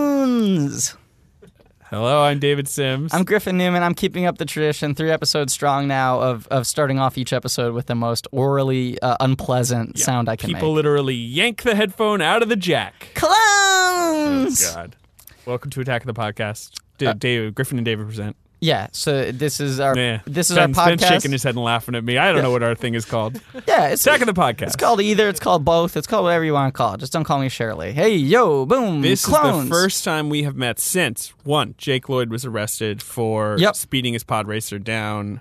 Sims. Hello, I'm David Sims. I'm Griffin Newman. I'm keeping up the tradition, three episodes strong now, of, of starting off each episode with the most orally uh, unpleasant Yeah. sound I can People make. literally yank the headphone out of the jack. Clowns! Oh, God. Welcome to Attack of the Podcast. D- Uh, Dave, Griffin and David present. Yeah, so this is our Yeah. this is Ben's, our Ben's shaking podcast. his head and laughing at me. I don't know what our thing is called. yeah, it's Attack of the Podcast. It's called either. It's called both. It's called whatever you want to call it. Just don't call me Shirley. Hey, yo, boom. This clones. is the first time we have met since one Jake Lloyd was arrested for Yep. speeding his pod racer down.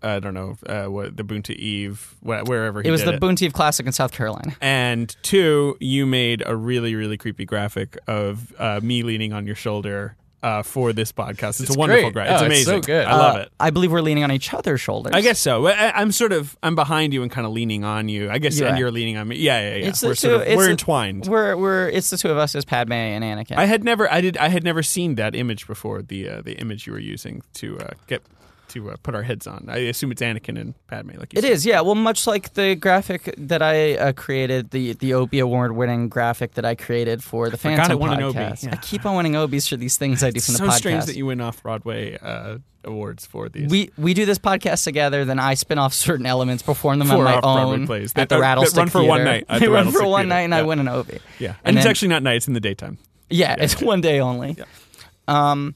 I don't know uh, what the Boonta Eve, wh- wherever he It was did the Boontie of Classic in South Carolina. And two, you made a really really creepy graphic of uh, me leaning on your shoulder uh, for this podcast. It's, a wonderful great. graphic. Oh, it's amazing. so good. I love Uh, it. I believe we're leaning on each other's shoulders. I guess so. I, I- I'm sort of I'm behind you and kind of leaning on you. I guess You and are. you're leaning on me. Yeah, yeah, yeah. It's the we're sort two- of, it's we're the- entwined. we're we're it's the two of us as Padme and Anakin. I had never, I did, I had never seen that image before. The uh, the image you were using to uh, get to uh, put our heads on. I assume it's Anakin and Padme. Like you It said. is, yeah. Well, much like the graphic that I uh, created, the the Obie Award winning graphic that I created for the forgot Phantom I won an Obie, podcast. yeah. I keep on winning Obies for these things I do from so the podcast. strange that you win off Broadway uh, awards for these. we we do this podcast together. Then I spin off certain elements, perform them on Four my off-Broadway own plays that- at the that- that Rattlestick run for one Theater. night at They the run for Rattlestick one Theater, night, and I yeah. win an Obie. yeah, and, and it's then- actually not night; it's in the daytime. Yeah, it's one day only. Um,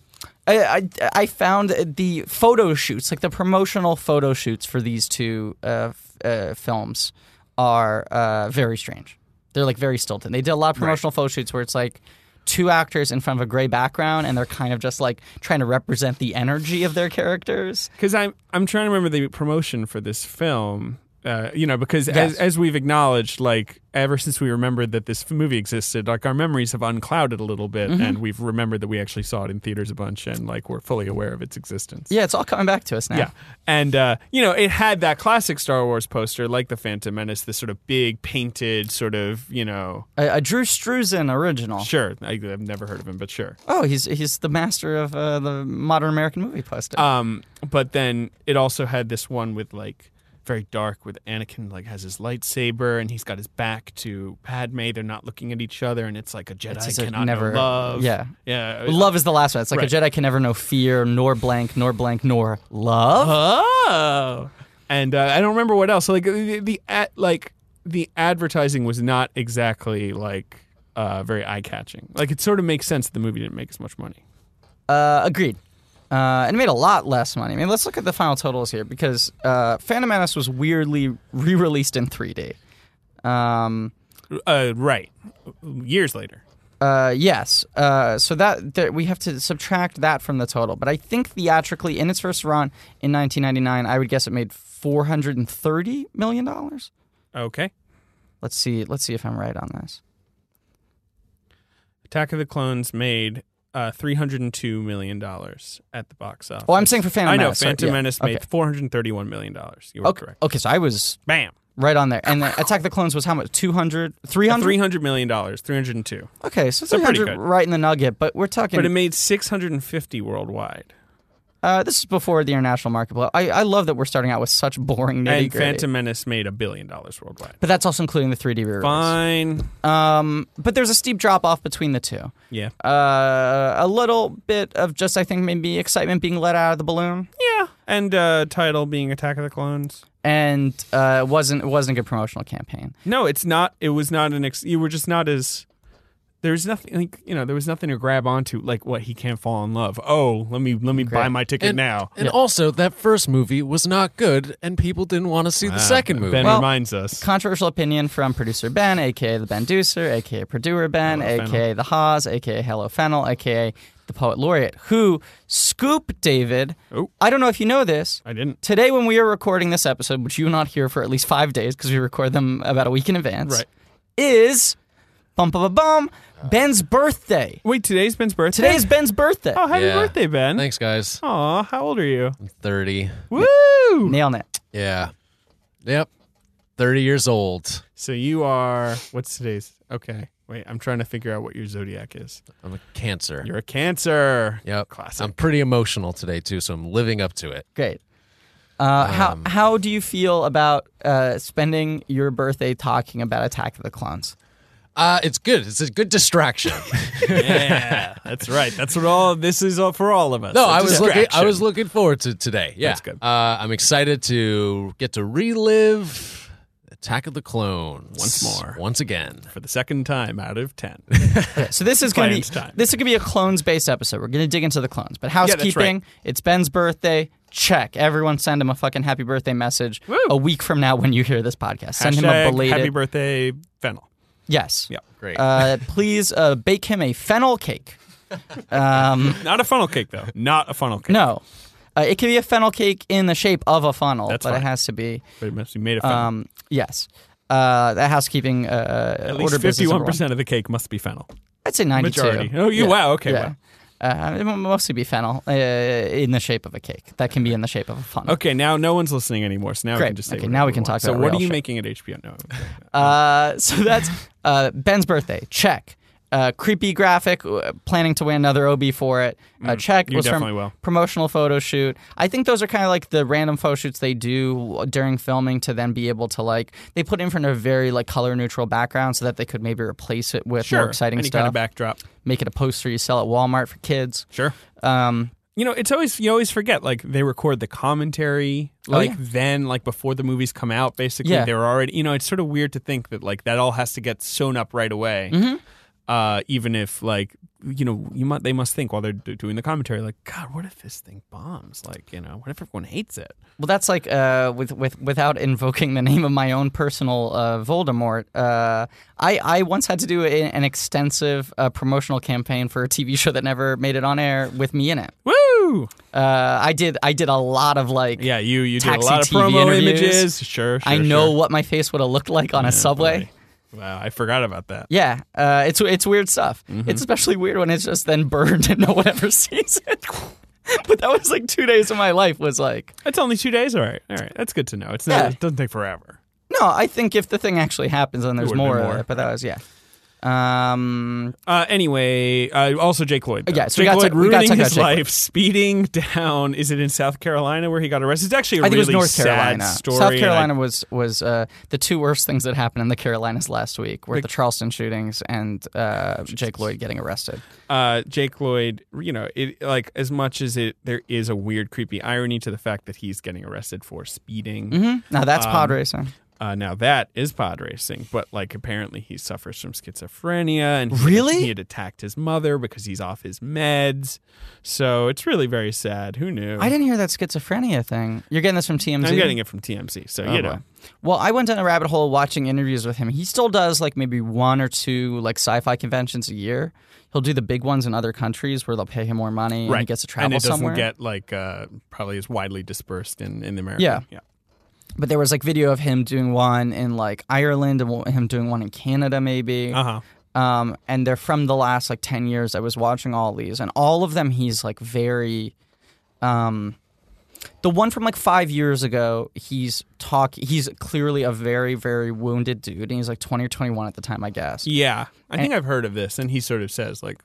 I, I I found the photo shoots, like the promotional photo shoots for these two uh, f- uh, films, are uh, very strange. They're like very stilted. They did a lot of promotional photo shoots where it's like two actors in front of a gray background, and they're kind of just like trying to represent the energy of their characters. Because I'm I'm trying to remember the promotion for this film. Uh, you know, because Yes. as, as we've acknowledged, like ever since we remembered that this movie existed, like our memories have unclouded a little bit, Mm-hmm. and we've remembered that we actually saw it in theaters a bunch, and like we're fully aware of its existence. Yeah, it's all coming back to us now. Yeah. And, uh, you know, it had that classic Star Wars poster, like the Phantom Menace, this sort of big painted sort of, you know, A, a Drew Struzan original. sure. I, I've never heard of him, but sure. Oh, he's he's the master of uh, the modern American movie poster. Um, but then it also had this one with like very dark with Anakin like has his lightsaber and he's got his back to Padme. They're not looking at each other and it's like a Jedi just a cannot never- know love. yeah. Yeah. Love is the last one. It's like Right. a Jedi can never know fear, nor blank, nor blank, nor love. Oh. And uh, I don't remember what else. So, like the, the ad, like the advertising was not exactly like uh, very eye catching. Like it sort of makes sense that the movie didn't make as much money. Uh-huh. Uh, agreed. Uh, and it made a lot less money. I mean, let's look at the final totals here because uh, Phantom Menace was weirdly re-released in 3D. Um, Uh, right. Years later. uh, yes. Uh, so that there, we have to subtract that from the total. But I think theatrically, in its first run in 1999, I would guess it made 430 million dollars. Okay. Let's see. Let's see if I'm right on this. Attack of the Clones made uh, three hundred and two million dollars at the box office. Oh, I'm saying for Phantom I know. Menace. sorry, Phantom yeah, Menace okay. made four hundred thirty-one million dollars. You were Okay, correct. okay, so I was Bam. Right on there. And then Attack of the Clones was how much? 200? 300? Three hundred million dollars. Three hundred and two. Okay, so So pretty 300 good. right in the nugget, but we're talking. But it made six hundred and fifty worldwide. uh, this is before the international market. But I, I love that we're starting out with such boring nitty And gritty. Phantom Menace made a billion dollars worldwide. But that's also including the 3D re Fine. Um, but there's a steep drop off between the two. Yeah. Uh, a little bit of just, I think, maybe excitement being let out of the balloon, Yeah. And uh, title being Attack of the Clones. and uh, it wasn't it wasn't a good promotional campaign. No, it's not. It was not an. Ex- you were just not as. There's nothing like you know. There was nothing to grab onto. Like what he can't fall in love. Oh, let me let me buy my ticket And, now. and also, that first movie was not good, and people didn't want to see the second movie. Ah, Ben Well, reminds us. Controversial opinion from producer Ben, aka the Ben Deucer, aka Purduer Ben, Hello, aka Fennel. the Haas, aka Hello Fennel, aka the poet laureate, who scoop David. Oh. I don't know if you know this. I didn't. Today, when we are recording this episode, which you will not hear for at least five days because we record them about a week in advance, Right. is bum bum bum bum Ben's birthday. Wait, today's Ben's birthday. Today is Ben's birthday. Oh, happy Yeah. birthday, Ben. Thanks, guys. Aw, how old are you? I'm 30. Woo! Nailing it. Yeah. Yep. 30 years old. So you are. What's today's? Okay. Wait, I'm trying to figure out what your zodiac is. I'm a cancer. You're a Cancer. yep. Classic. I'm pretty emotional today, too, so I'm living up to it. Great. Uh, how Um. how do you feel about uh, spending your birthday talking about Attack of the Clones? Uh, it's good. It's a good distraction. yeah, that's right. That's what all this is all for all of us. No, A I was looking. I distraction. was looking forward to today. Yeah, That's good. Uh, I'm excited to get to relive Attack of the Clones Once more. once again. for the second time out of ten. So this is going to be Claims time. this is going to be a clones based episode. We're going to dig into the clones, but that's housekeeping. right. It's Ben's birthday. Check everyone. Send him a fucking happy birthday message a week from now when you hear this podcast. Send him a Hashtag belated happy birthday, Fennel. yes. Yeah, Great. Uh, please uh, bake him a fennel cake. Um, not a funnel cake though. Not a funnel cake. no, uh, it can be a fennel cake in the shape of a funnel, That's but fine. it has to be But it must be made of fennel. um, yes. Uh, that housekeeping uh, At order least business fifty-one number one. percent of the cake must be fennel. I'd say ninety-two. Majority. Oh, you- wow, okay, Yeah. wow. Uh, it will mostly be fennel uh, in the shape of a cake. That can be in the shape of a funnel. Okay, now no one's listening anymore, so now we Great. can just say Okay, whatever now we can want. talk about So what real are you shit. making at HBO? No. Uh, so that's uh, Ben's birthday. Check. Uh, creepy graphic. uh, Planning to win another OB for it. Uh, check. Mm, you was definitely from will. Promotional photo shoot. I think those are kind of like the random photo shoots they do during filming to then be able to like they put in front of a very like color neutral background so that they could maybe replace it with more exciting Any stuff. kind of backdrop. Make it a poster you sell at Walmart for kids. Sure. Um, You know, it's always you always forget like they record the commentary like Oh, yeah. then like before the movies come out basically Yeah. they're already you know it's sort of weird to think that like that all has to get sewn up right away. Mm-hmm. Uh, even if like you know you might they must think while they're do- doing the commentary like God what if this thing bombs like you know what if everyone hates it Well, that's like uh, with with without invoking the name of my own personal uh, Voldemort. Uh, I I once had to do a, an extensive uh, promotional campaign for a TV show that never made it on air with me in it. woo Uh, I did I did a lot of like yeah you you did a Taxi lot of TV promo interviews. images sure, sure I know what my face would have looked like on a subway. sure. wow I forgot about that Yeah, uh, it's it's weird stuff. Mm-hmm. It's especially weird when it's just then burned and no one ever sees it. but that was like two days of my life was like It's only two days. All right. All right. That's good to know. It's not, Yeah. It doesn't take forever. no. I think if the thing actually happens, then there's would've been more, of more. it. But that was yeah. Um, Uh, anyway, uh, also Jake Lloyd. though. Yeah, so we Jake gotta Lloyd talk- we gotta ruining talk about his Jake Lloyd. life, speeding down. Is it in South Carolina where he got arrested? It's actually a I think really it was North sad Carolina. story. South and I- Carolina was was uh, the two worst things that happened in the Carolinas last week were the Charleston shootings and uh, Jake Lloyd getting arrested. uh, Jake Lloyd, you know, it like as much as it there is a weird, creepy irony to the fact that he's getting arrested for Mm-hmm. speeding. Hmm? Now that's Um, pod racing. Uh, now that is pod racing, but like apparently he suffers from schizophrenia and he- Really? he had attacked his mother because he's off his meds. So it's really very sad. Who knew? I didn't hear that schizophrenia thing. You're getting this from TMZ. I'm getting it from TMC. So you know, Oh, Well, I went down a rabbit hole watching interviews with him. He still does like maybe one or two like sci-fi conventions a year. He'll do the big ones in other countries where they'll pay him more money and he gets to travel and it doesn't somewhere. get like uh, probably as widely dispersed in in America. Yeah. but there was like video of him doing one in like Ireland and w- him doing one in Canada maybe. Uh huh. um, and they're from the last like 10 years i was watching all these and all of them he's like very um, the one from like five years ago he's talk he's clearly a very very wounded dude and he's like 20 or 21 at the time i guess Yeah. I think I've heard of this, and he sort of says like,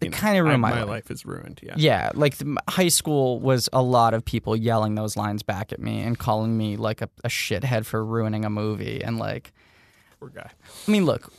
you it know, kind of I- ruined my, my, life. life is ruined. Yeah. yeah like the, high school was a lot of people yelling those lines back at me and calling me like a, a shithead for ruining a movie and like Poor guy. i mean look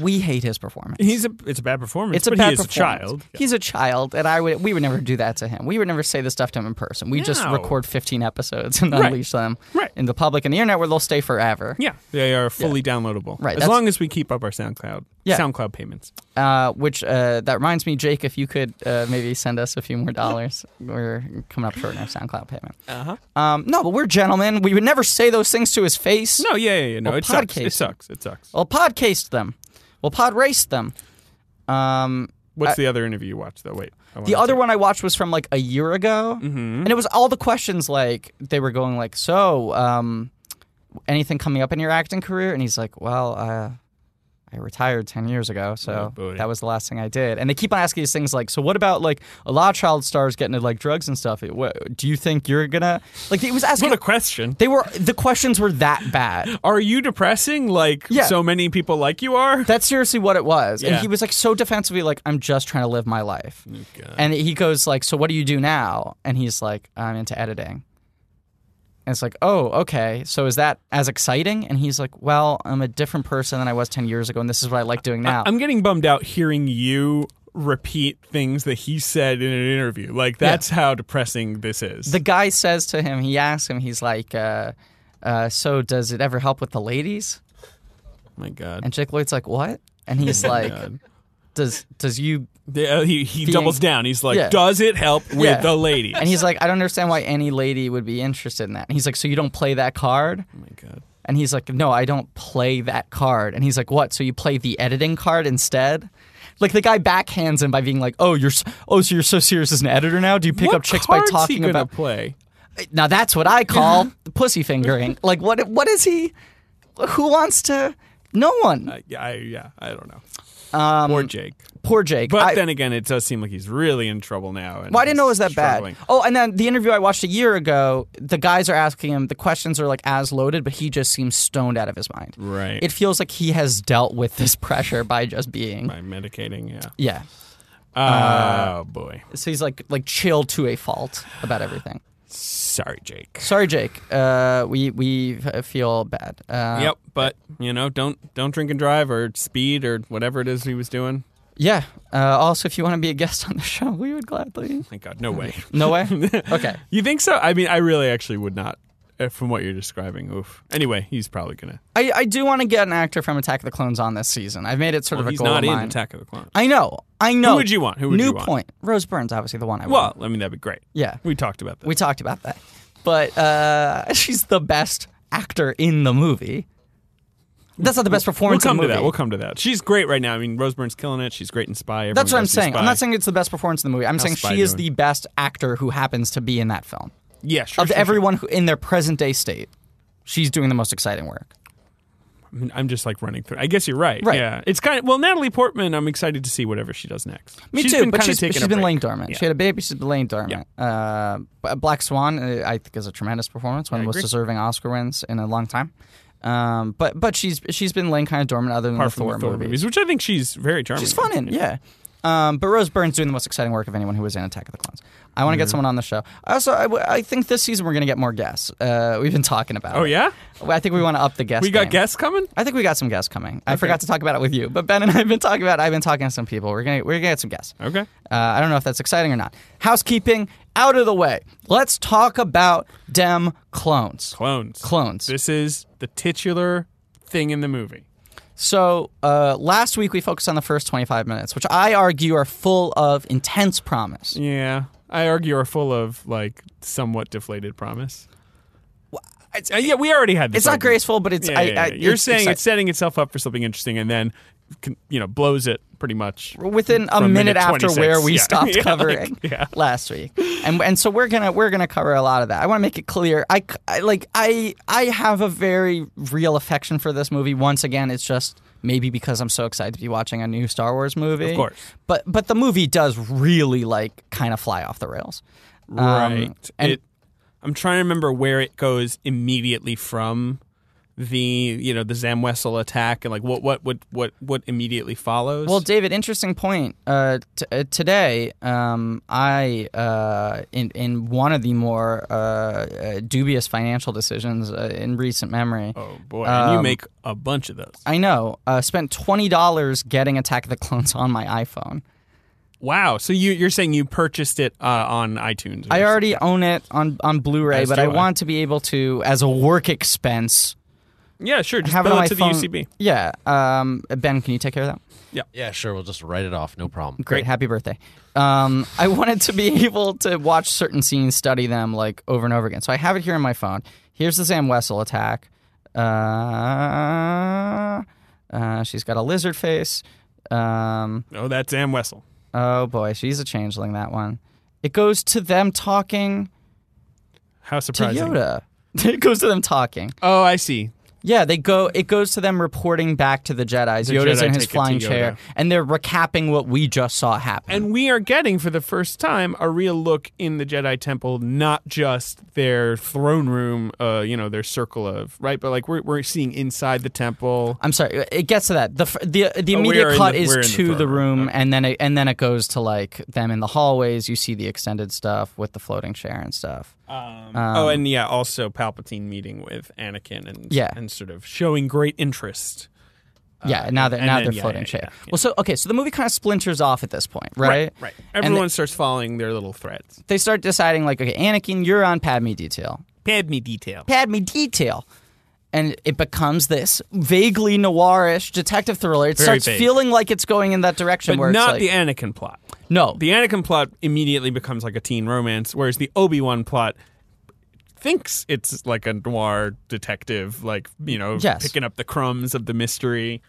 we hate his performance He's a it's a bad performance. It's a but bad he is a performance. child. He's a child, and I would we would never do that to him. We would never say this stuff to him in person. We just No. record 15 episodes and Right. unleash them Right. in the public and the internet where they'll stay forever. Yeah, they are fully downloadable. Right, as that's- long as we keep up our SoundCloud Yeah. SoundCloud payments. Uh, which uh, that reminds me, Jake, if you could uh, maybe send us a few more dollars, we're coming up short on our SoundCloud payment. Uh-huh. Um, no, but we're gentlemen. We would never say those things to his face. No, yeah, yeah, yeah. No, Well, Oh, it sucks. podcast. It sucks. It sucks. We'll podcast them. We'll pod race them. Um, What's the other interview you watched though? Wait, I The other one I watched was from like a year ago, Mm-hmm. and it was all the questions like they were going like, "So, um, anything coming up in your acting career?" And he's like, "Well, uh, I retired ten years ago, so Oh, boy. that was the last thing I did." And they keep on asking these things like, "So, what about like a lot of child stars getting into like drugs and stuff? It- what- do you think you're gonna like?" He was asking. What a question. they were the questions were that bad. Are you depressing like Yeah. so many people like you are? That's seriously what it was. And Yeah. Oh, he was like so defensively, like, I'm just trying to live my life. And he goes like, so what do you do now? And he's like, I'm into editing. And it's like, oh, okay. So is that as exciting? And he's like, well, I'm a different person than I was 10 years ago, and this is what I like doing now. I'm getting bummed out hearing you repeat things that he said in an interview. Like that's how depressing this is. the guy says to him, he asks him, he's like, uh, uh, so does it ever help with the ladies? my God. And Jake Lloyd's like, what? And he's like, Oh, God. does does you? Yeah, uh, he he doubles down. He's like, Yeah. "Does it help with Yeah. the lady?" And he's like, I don't understand why any lady would be interested in that. And he's like, so you don't play that card? oh my God. And he's like, no, I don't play that card. And he's like, what? So you play the editing card instead? Like the guy backhands him by being like, oh, you're s- oh, so you're so serious as an editor now? Do you pick what up chicks by card's he talking gonna about? play? Now that's what I call pussy fingering. Like what? What is he? Who wants to? No one. I, I, yeah, I don't know. Um, Or Jake, Poor Jake. but I- then again, it does seem like he's really in trouble now. And Well, I didn't know it was that he's struggling. bad. Oh, and then the interview I watched a year ago, the guys are asking him, the questions are like as loaded, but he just seems stoned out of his mind. Right. It feels like he has dealt with this pressure by just being. By medicating, yeah. Yeah. uh, oh boy, So he's like like chill to a fault about everything. sorry, Jake. Sorry, Jake. Uh, we we uh, feel bad. Uh, yep, but you know, don't don't drink and drive or speed or whatever it is he was doing. Yeah. Uh, also, if you want to be a guest on the show, we would gladly. Thank God, no way. No way. Okay. you think so? I mean, I really actually would not. uh, From what you're describing, oof. Anyway, he's probably gonna. I, I do want to get an actor from Attack of the Clones on this season. I've made it sort Well, of a he's goal not of in mine. Attack of the Clones. I know. I know. would you want? Who would New you want? point. Rose Burns, obviously the one I want. Well, I mean, that'd be great. Yeah. We talked about that. We talked about that. But uh, she's the best actor in the movie. That's not the best We'll performance come in the to movie. that. We'll come to that. She's great right now. I mean, Rose Byrne's killing it. She's great in Spy. Everyone That's what I'm goes to see saying. Spy. I'm not saying it's the best performance in the movie. I'm saying Spy she is doing? the best actor who happens to be in that film. Yeah, sure. Of sure, everyone who, in their present day state, she's doing the most exciting work. sure. I mean, I'm just like running through. I guess you're right. Right. Yeah. It's kind of well, Natalie Portman. I'm excited to see whatever she does next. Me She's too, Been but kind she's, of taking she's a been break. laying dormant. Yeah. She had a baby, she's been laying dormant. Uh, B- Black Swan, uh, I think, is a tremendous performance, one of the most agree. deserving Oscar wins in a long time. Um, but but she's she's been laying kind of dormant other than Apart the from Thor, the Thor movie. movies, which I think she's very charming. She's fun in, yeah. Um, but Rose Byrne's doing the most exciting work of anyone who was in Attack of the Clones. I want to Mm-hmm. get someone on the show. Also, I, w- I think this season we're going to get more guests. Uh, we've been talking about Oh it. yeah. I think we want to up the guest. We got game. guests coming. I think we got some guests coming. I forgot to talk about it with you, but Ben and I have been talking about. it. I've been talking to some people. We're gonna we're gonna get some guests. Okay. Uh, I don't know if that's exciting or not. Housekeeping out of the way. Let's talk about Dem clones. Clones. Clones. This is the titular thing in the movie. So uh, last week we focused on the first 25 minutes, which I argue are full of intense promise. Yeah. I argue are full of like somewhat deflated promise. Uh, yeah, we already had this. It's not argument. graceful, but it's. Yeah, I, yeah, I, yeah. You're it's saying exciting. it's setting itself up for something interesting, and then con- you know blows it pretty much. within a from minute, minute after 26. where we Yeah. stopped Yeah, like, covering yeah. last week, and and so we're gonna we're gonna cover a lot of that. I want to make it clear. I, c- I- like I I have a very real affection for this movie. Once again, it's just maybe because I'm so excited to be watching a new Star Wars movie. Of course. but but the movie does really like kind of fly off the rails. Um, Right. and it, I'm trying to remember where it goes immediately from the you know the Zam Wessel attack and like what what what what what immediately follows. Well, David, interesting point. Uh, t- uh, today, um, I uh, in in one of the more uh, uh, dubious financial decisions uh, in recent memory. oh boy, and you um, make a bunch of those. I know. Uh, spent twenty dollars getting Attack of the Clones on my iPhone. Wow. So you you're saying you purchased it uh, on iTunes? or I already own it on on Blu-ray, As but do I, I. want to be able to, as a work expense, something? yeah, sure. Just have it bill on my it to phone. the UCB. Yeah. Um, ben, can you take care of that? Yeah, sure. We'll just write it off. No problem. Great. Happy birthday. Um, I wanted to be able to watch certain scenes, study them like over and over again. So I have it here on my phone. Here's the Sam Wessel attack. Uh, uh, she's got a lizard face. Um, Oh, that's Zam Wessel. oh boy, she's a changeling, that one. It goes to them talking How to surprising. Yoda. It goes to them talking. Oh, I see. Yeah, they go. It goes to them reporting back to the Jedi's. The Yoda's Jedi in his take it to flying Yoda. chair, and they're recapping what we just saw happen. And we are getting for the first time a real look in the Jedi Temple, not just their throne room, uh, you know, their circle of right, but like we're we're seeing inside the temple. I'm sorry. It gets to that. The f- the the Oh, we immediate are in cut the- is we're in the to throne the room. room, and then it, and then it goes to like them in the hallways. You see the extended stuff with the floating chair and stuff. Um, oh, and yeah, also Palpatine meeting with Anakin and Yeah. and sort of showing great interest. yeah. Now that and now then- they're yeah, floating yeah, chair. yeah, yeah. Well, so okay. So the movie kind of splinters off at this point, right? right. And Everyone starts following their little threads. they, they start deciding like, okay, Anakin, you're on Padme detail. Padme detail. Padme detail. And it becomes this vaguely noirish detective thriller. It Very starts vague. feeling like it's going in that direction But where not it's the like, Anakin plot. no, The Anakin plot immediately becomes like a teen romance, whereas the Obi Wan plot thinks it's like a noir detective, like you know, Yes. picking up the crumbs of the mystery.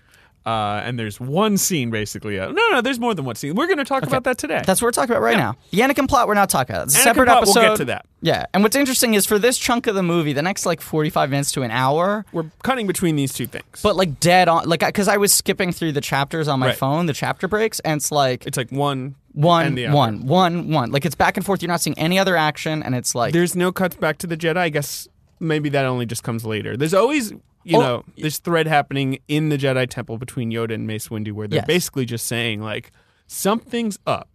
Uh, and there's one scene basically. Uh, no, no, there's more than one scene. We're going to talk about that today. That's what we're talking about right now. The Anakin plot, we're not talking about. It's a Anakin separate plot, we'll episode. get to that. Yeah, and what's interesting is for this chunk of the movie, the next like forty-five minutes to an hour, We're cutting between these two things. but like dead on, like because I was skipping through the chapters on my Right. phone, the chapter breaks, and it's like it's like one, one, and the other. one, one, one. Like it's back and forth. You're not seeing any other action, and it's like There's no cuts back to the Jedi. I guess maybe that only just comes later. There's always, you Oh. know, this thread happening in the Jedi Temple between Yoda and Mace Windu, where they're Yes. basically just saying like something's up.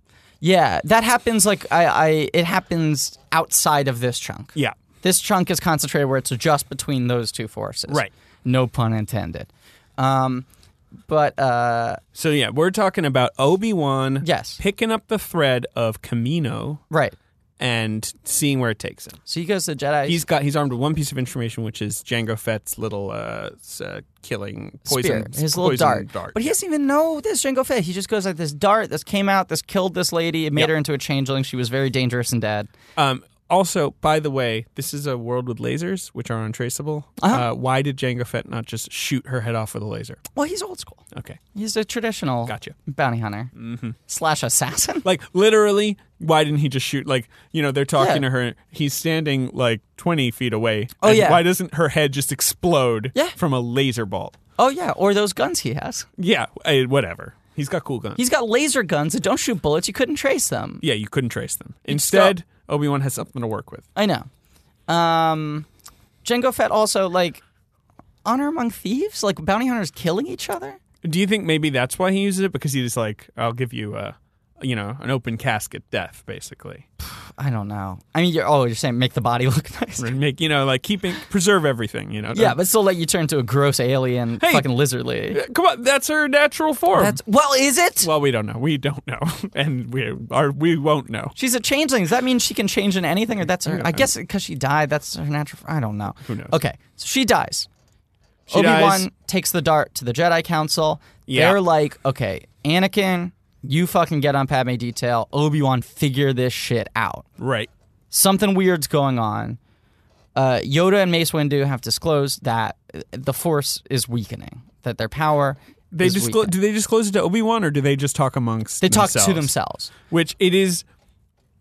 yeah, that happens. Like I, I, it happens outside of this chunk. Yeah. This chunk is concentrated where it's just between those two forces. Right. No pun intended. Um, but uh, So yeah, we're talking about Obi Wan. Yes. Picking up the thread of Camino right. and seeing where it takes him. So he goes to the Jedi. He's got he's armed with one piece of information, which is Jango Fett's little uh, s- uh killing poison, spear, his little poison dart. But he doesn't even know this Jango Fett. He just goes like this dart. This came out. This killed this lady. It made Yep. her into a changeling. She was very dangerous and dead. Um, also, by the way, this is a world with lasers, which are untraceable. Uh-huh. Uh, why did Jango Fett not just shoot her head off with a laser? Well, he's old school. Okay, He's a traditional Gotcha. Mm-hmm. bounty hunter slash assassin. like literally, why didn't he just shoot? Like you know, they're talking Yeah. to her. He's standing like twenty feet away. Oh, and yeah. Why doesn't her head just explode? Yeah. From a laser bolt. Oh yeah, or those guns he has. Yeah. eh, whatever. He's got cool guns. He's got laser guns that don't shoot bullets. You couldn't trace them. yeah, you couldn't trace them. Instead, Obi Wan has something to work with. I know. Um, Jango Fett also like honor among thieves, like bounty hunters killing each other. Do you think maybe that's why he uses it? Because he's like, I'll give you a, you know, an open casket death, basically. I don't know. I mean, you're oh, you're saying make the body look nice. and make you know like keeping preserve everything you know Yeah, but still let you turn into a gross alien Hey. fucking lizard lady. come on that's her natural form That's well, is it? well we don't know we don't know and we are we won't know She's a changeling. Does that mean she can change into anything, or that's her? I guess because she died, that's her natural. I don't know. Who knows? Okay, so she dies. She Obi dies. Wan takes the dart to the Jedi Council. Yeah. They're like, okay, Anakin, you fucking get on Padme detail. Obi Wan, figure this shit out. right Something weird's going on. Uh, Yoda and Mace Windu have disclosed that uh, the Force is weakening. That their power they is disclose weakening. do they disclose it to obi-wan or do they just talk amongst They talk themselves? to themselves. which it is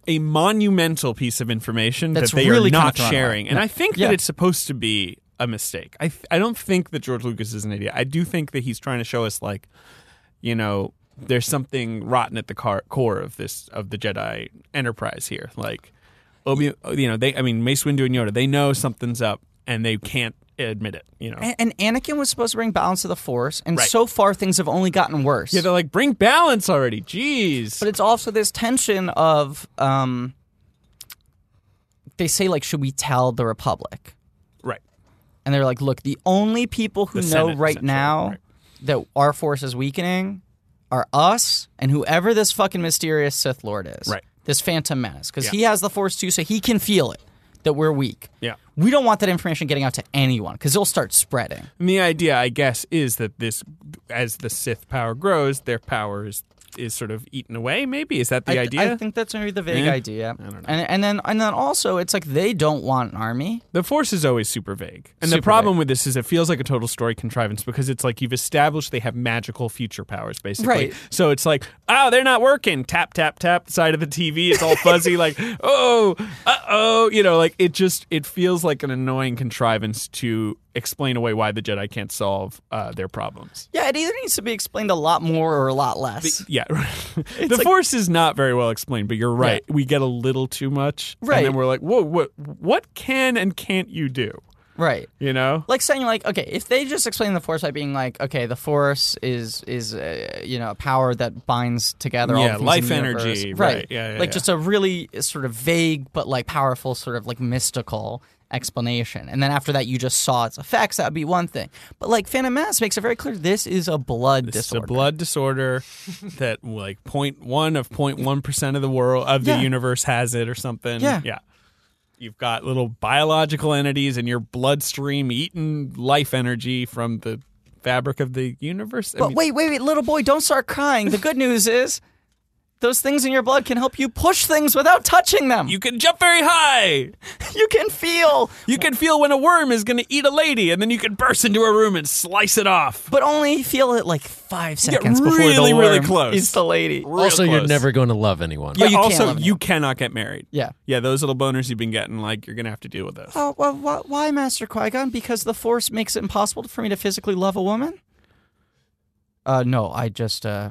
a monumental piece of information That's that they really are not kinda thrown sharing away. and Yeah. i think Yeah. that it's supposed to be a mistake I, th- I don't think that george lucas is an idiot i do think that he's trying to show us like you know there's something rotten at the car- core of this of the jedi enterprise here like Obi- you know they i mean mace windu and yoda they know something's up and they can't admit it you know And, and Anakin was supposed to bring balance to the Force, and Right. so far things have only gotten worse. yeah they're like bring balance already jeez but it's also this tension of um, they say like, should we tell the Republic? right And they're like, look, the only people who The know Senate, right essentially, now right. that our Force is weakening are us and whoever this fucking mysterious Sith Lord is. Right. This Phantom Menace, because Yeah. he has the Force too, so he can feel it that we're weak. yeah We don't want that information getting out to anyone because it'll start spreading. And the idea, I guess, is that this, as the Sith power grows, their power is, is sort of eaten away. Maybe is that the I th- idea? I think that's maybe the vague Eh? idea. don't know. And, and then and then also it's like they don't want an army. the Force is always super vague, and the Super problem with this is it feels like a total story contrivance because it's like you've established they have magical future powers, basically. Right. So it's like, oh, they're not working. Tap tap tap. Side of the TV, it's all fuzzy. like, oh, uh oh. You know, like it just it feels like an annoying contrivance to explain away why the Jedi can't solve uh, their problems. Yeah, it either needs to be explained a lot more or a lot less. The- yeah, the Force is not very well explained, but you're right. We get a little too much, Right. And then we're like, whoa, what, what can and can't you do? right. You know, like saying like okay if they just explain the force by being like okay the force is is uh, you know a power that binds together all Yeah, the things life in the universe. energy, right. Yeah, yeah, like yeah. just a really uh, sort of vague but like powerful sort of like mystical explanation and then after that you just saw its effects that would be one thing but like phantom mass makes it very clear this is a blood it's a disorder blood disorder that like point one of point one percent of the world of the Yeah. universe has it or something. Yeah. yeah. You've got little biological entities in your bloodstream eating life energy from the fabric of the universe. I but mean, wait wait wait little boy don't start crying the good news is those things in your blood can help you push things without touching them you can jump very high. you can feel You can feel when a worm is going to eat a lady, and then you can burst into a room and slice it off. but only feel it like five seconds before really, the really worm close. is the lady. Real also, you're close. never going to love anyone. Yeah. Yeah, you can't also, love you cannot get married. Yeah. Yeah, those little boners you've been getting, like, you're going to have to deal with those. Oh, well, wh- why, Master Qui Gon? Because the Force makes it impossible for me to physically love a woman. Uh, no, I just uh,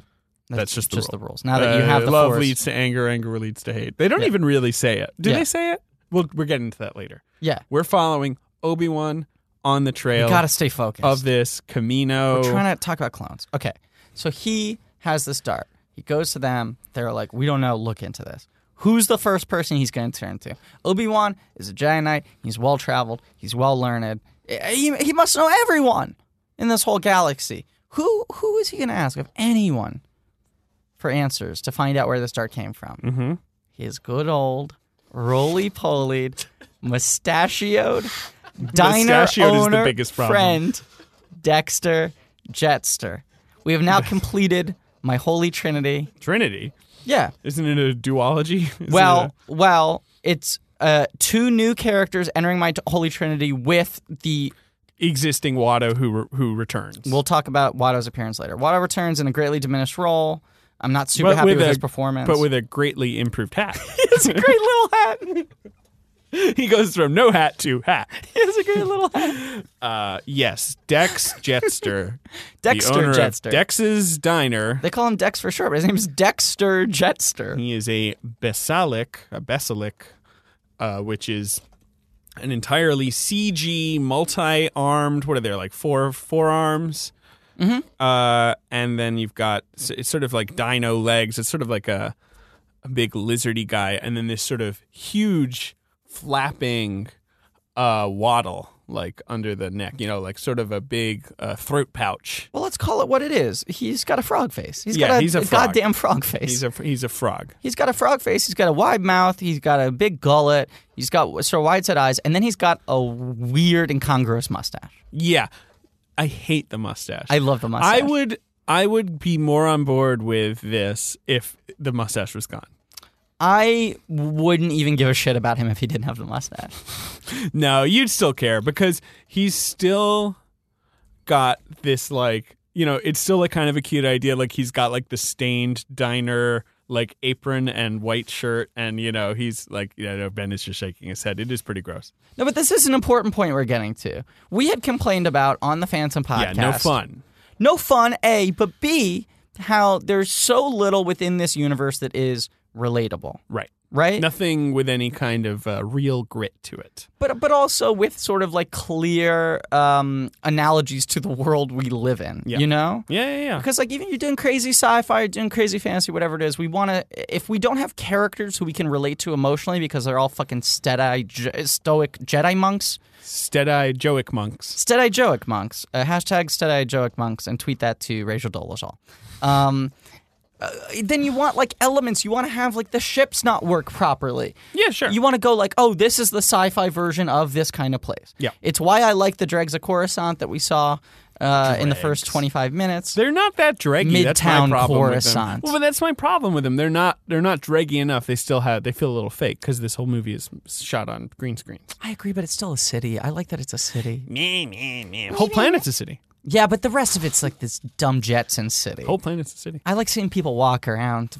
That's just the just rule. Uh, the rules. Now that you have the love Force, leads to anger, anger leads to hate. They don't even really say it. Do Yeah. they say it? Well, we're getting into that later. yeah, We're following Obi Wan on the trail you gotta stay focused. of this Camino. We're trying to talk about clones. Okay, so he has this dart. He goes to them. They're like, "We don't know. Look into this." Who's the first person he's going to turn to? Obi Wan is a Jedi Knight. He's well traveled. He's well learned. Eh, He, he must know everyone in this whole galaxy. Who who is he going to ask of anyone for answers to find out where this dart came from? Mm-hmm. His good old roly polied, mustachioed, diner Mustachioed is the owner biggest problem. friend, Dexter Jetster. We have now completed my holy trinity. Trinity. Yeah. Isn't it a duology? Isn't Well, well, it's uh, two new characters entering my t- holy trinity with the. it a existing Watto who re- who returns. We'll talk about Watto's appearance later. Watto returns in a greatly diminished role. I'm not super But happy with with, a- his performance. but with a greatly improved hat. it's a great little hat. he goes from no hat to hat. It's a great little hat. Uh, yes, Dex Jetster, Dexter the owner Jetster. of Dex's Diner. They call him Dex for short, but his name is Dexter Jetster. He is a Besalic, a Besalic, uh, which is an entirely CG, multi-armed. What are there like four forearms? Mm-hmm. Uh, and then you've got s- it's sort of like dino legs. It's sort of like a, a big lizardy guy, and then this sort of huge flapping uh, waddle like under the neck. You know, like sort of a big uh, throat pouch. Well, let's call it what it is. He's got a frog face. He's Yeah, got a, he's a frog. goddamn frog face. He's a he's a frog. He's got a frog face. He's got a wide mouth. He's got a big gullet. He's got sort of wide set eyes, and then he's got a weird incongruous mustache. Yeah, I hate the mustache. I love the mustache. I would I would be more on board with this if the mustache was gone. I wouldn't even give a shit about him if he didn't have the mustache. No, you'd still care because he's still got this like you know, it's still like kind of a cute idea. Like he's got like the stained diner like apron and white shirt and you know, he's like you know, Ben is just shaking his head. It is pretty gross. No, but this is an important point we're getting to. We had complained about on the Phantom podcast. Yeah, no fun. no fun a but b how there's so little within this universe that is relatable Right. right Nothing with any kind of uh, real grit to it. but but also with sort of like clear um analogies to the world we live in Yeah. you know Yeah, yeah, yeah. because like even you're doing crazy sci-fi, you're doing crazy fantasy, whatever it is, we want to. If we don't have characters who we can relate to emotionally, because they're all fucking steady, Je- stoic Jedi monks, Steady Joic monks. steady Joic monks, uh, hashtag steady Joic monks, and tweet that to Rachel Dolezal. Um, uh, then you want like elements. You want to have like the ships not work properly. Yeah, sure. You want to go like, oh, this is the sci-fi version of this kind of place. Yeah. it's why I like the dregs of Coruscant that we saw uh, in the first twenty-five minutes. They're not that draggy. that's my Midtown problem with them. Coruscant. Well, but that's my problem with them. They're not. They're not draggy enough. They still have. They feel a little fake because this whole movie is shot on green screen. I agree, but it's still a city. I like that it's a city. Whole planet's a city. Yeah, but the rest of it's like this dumb Jetson city. Whole planet's a city. I like seeing people walk around,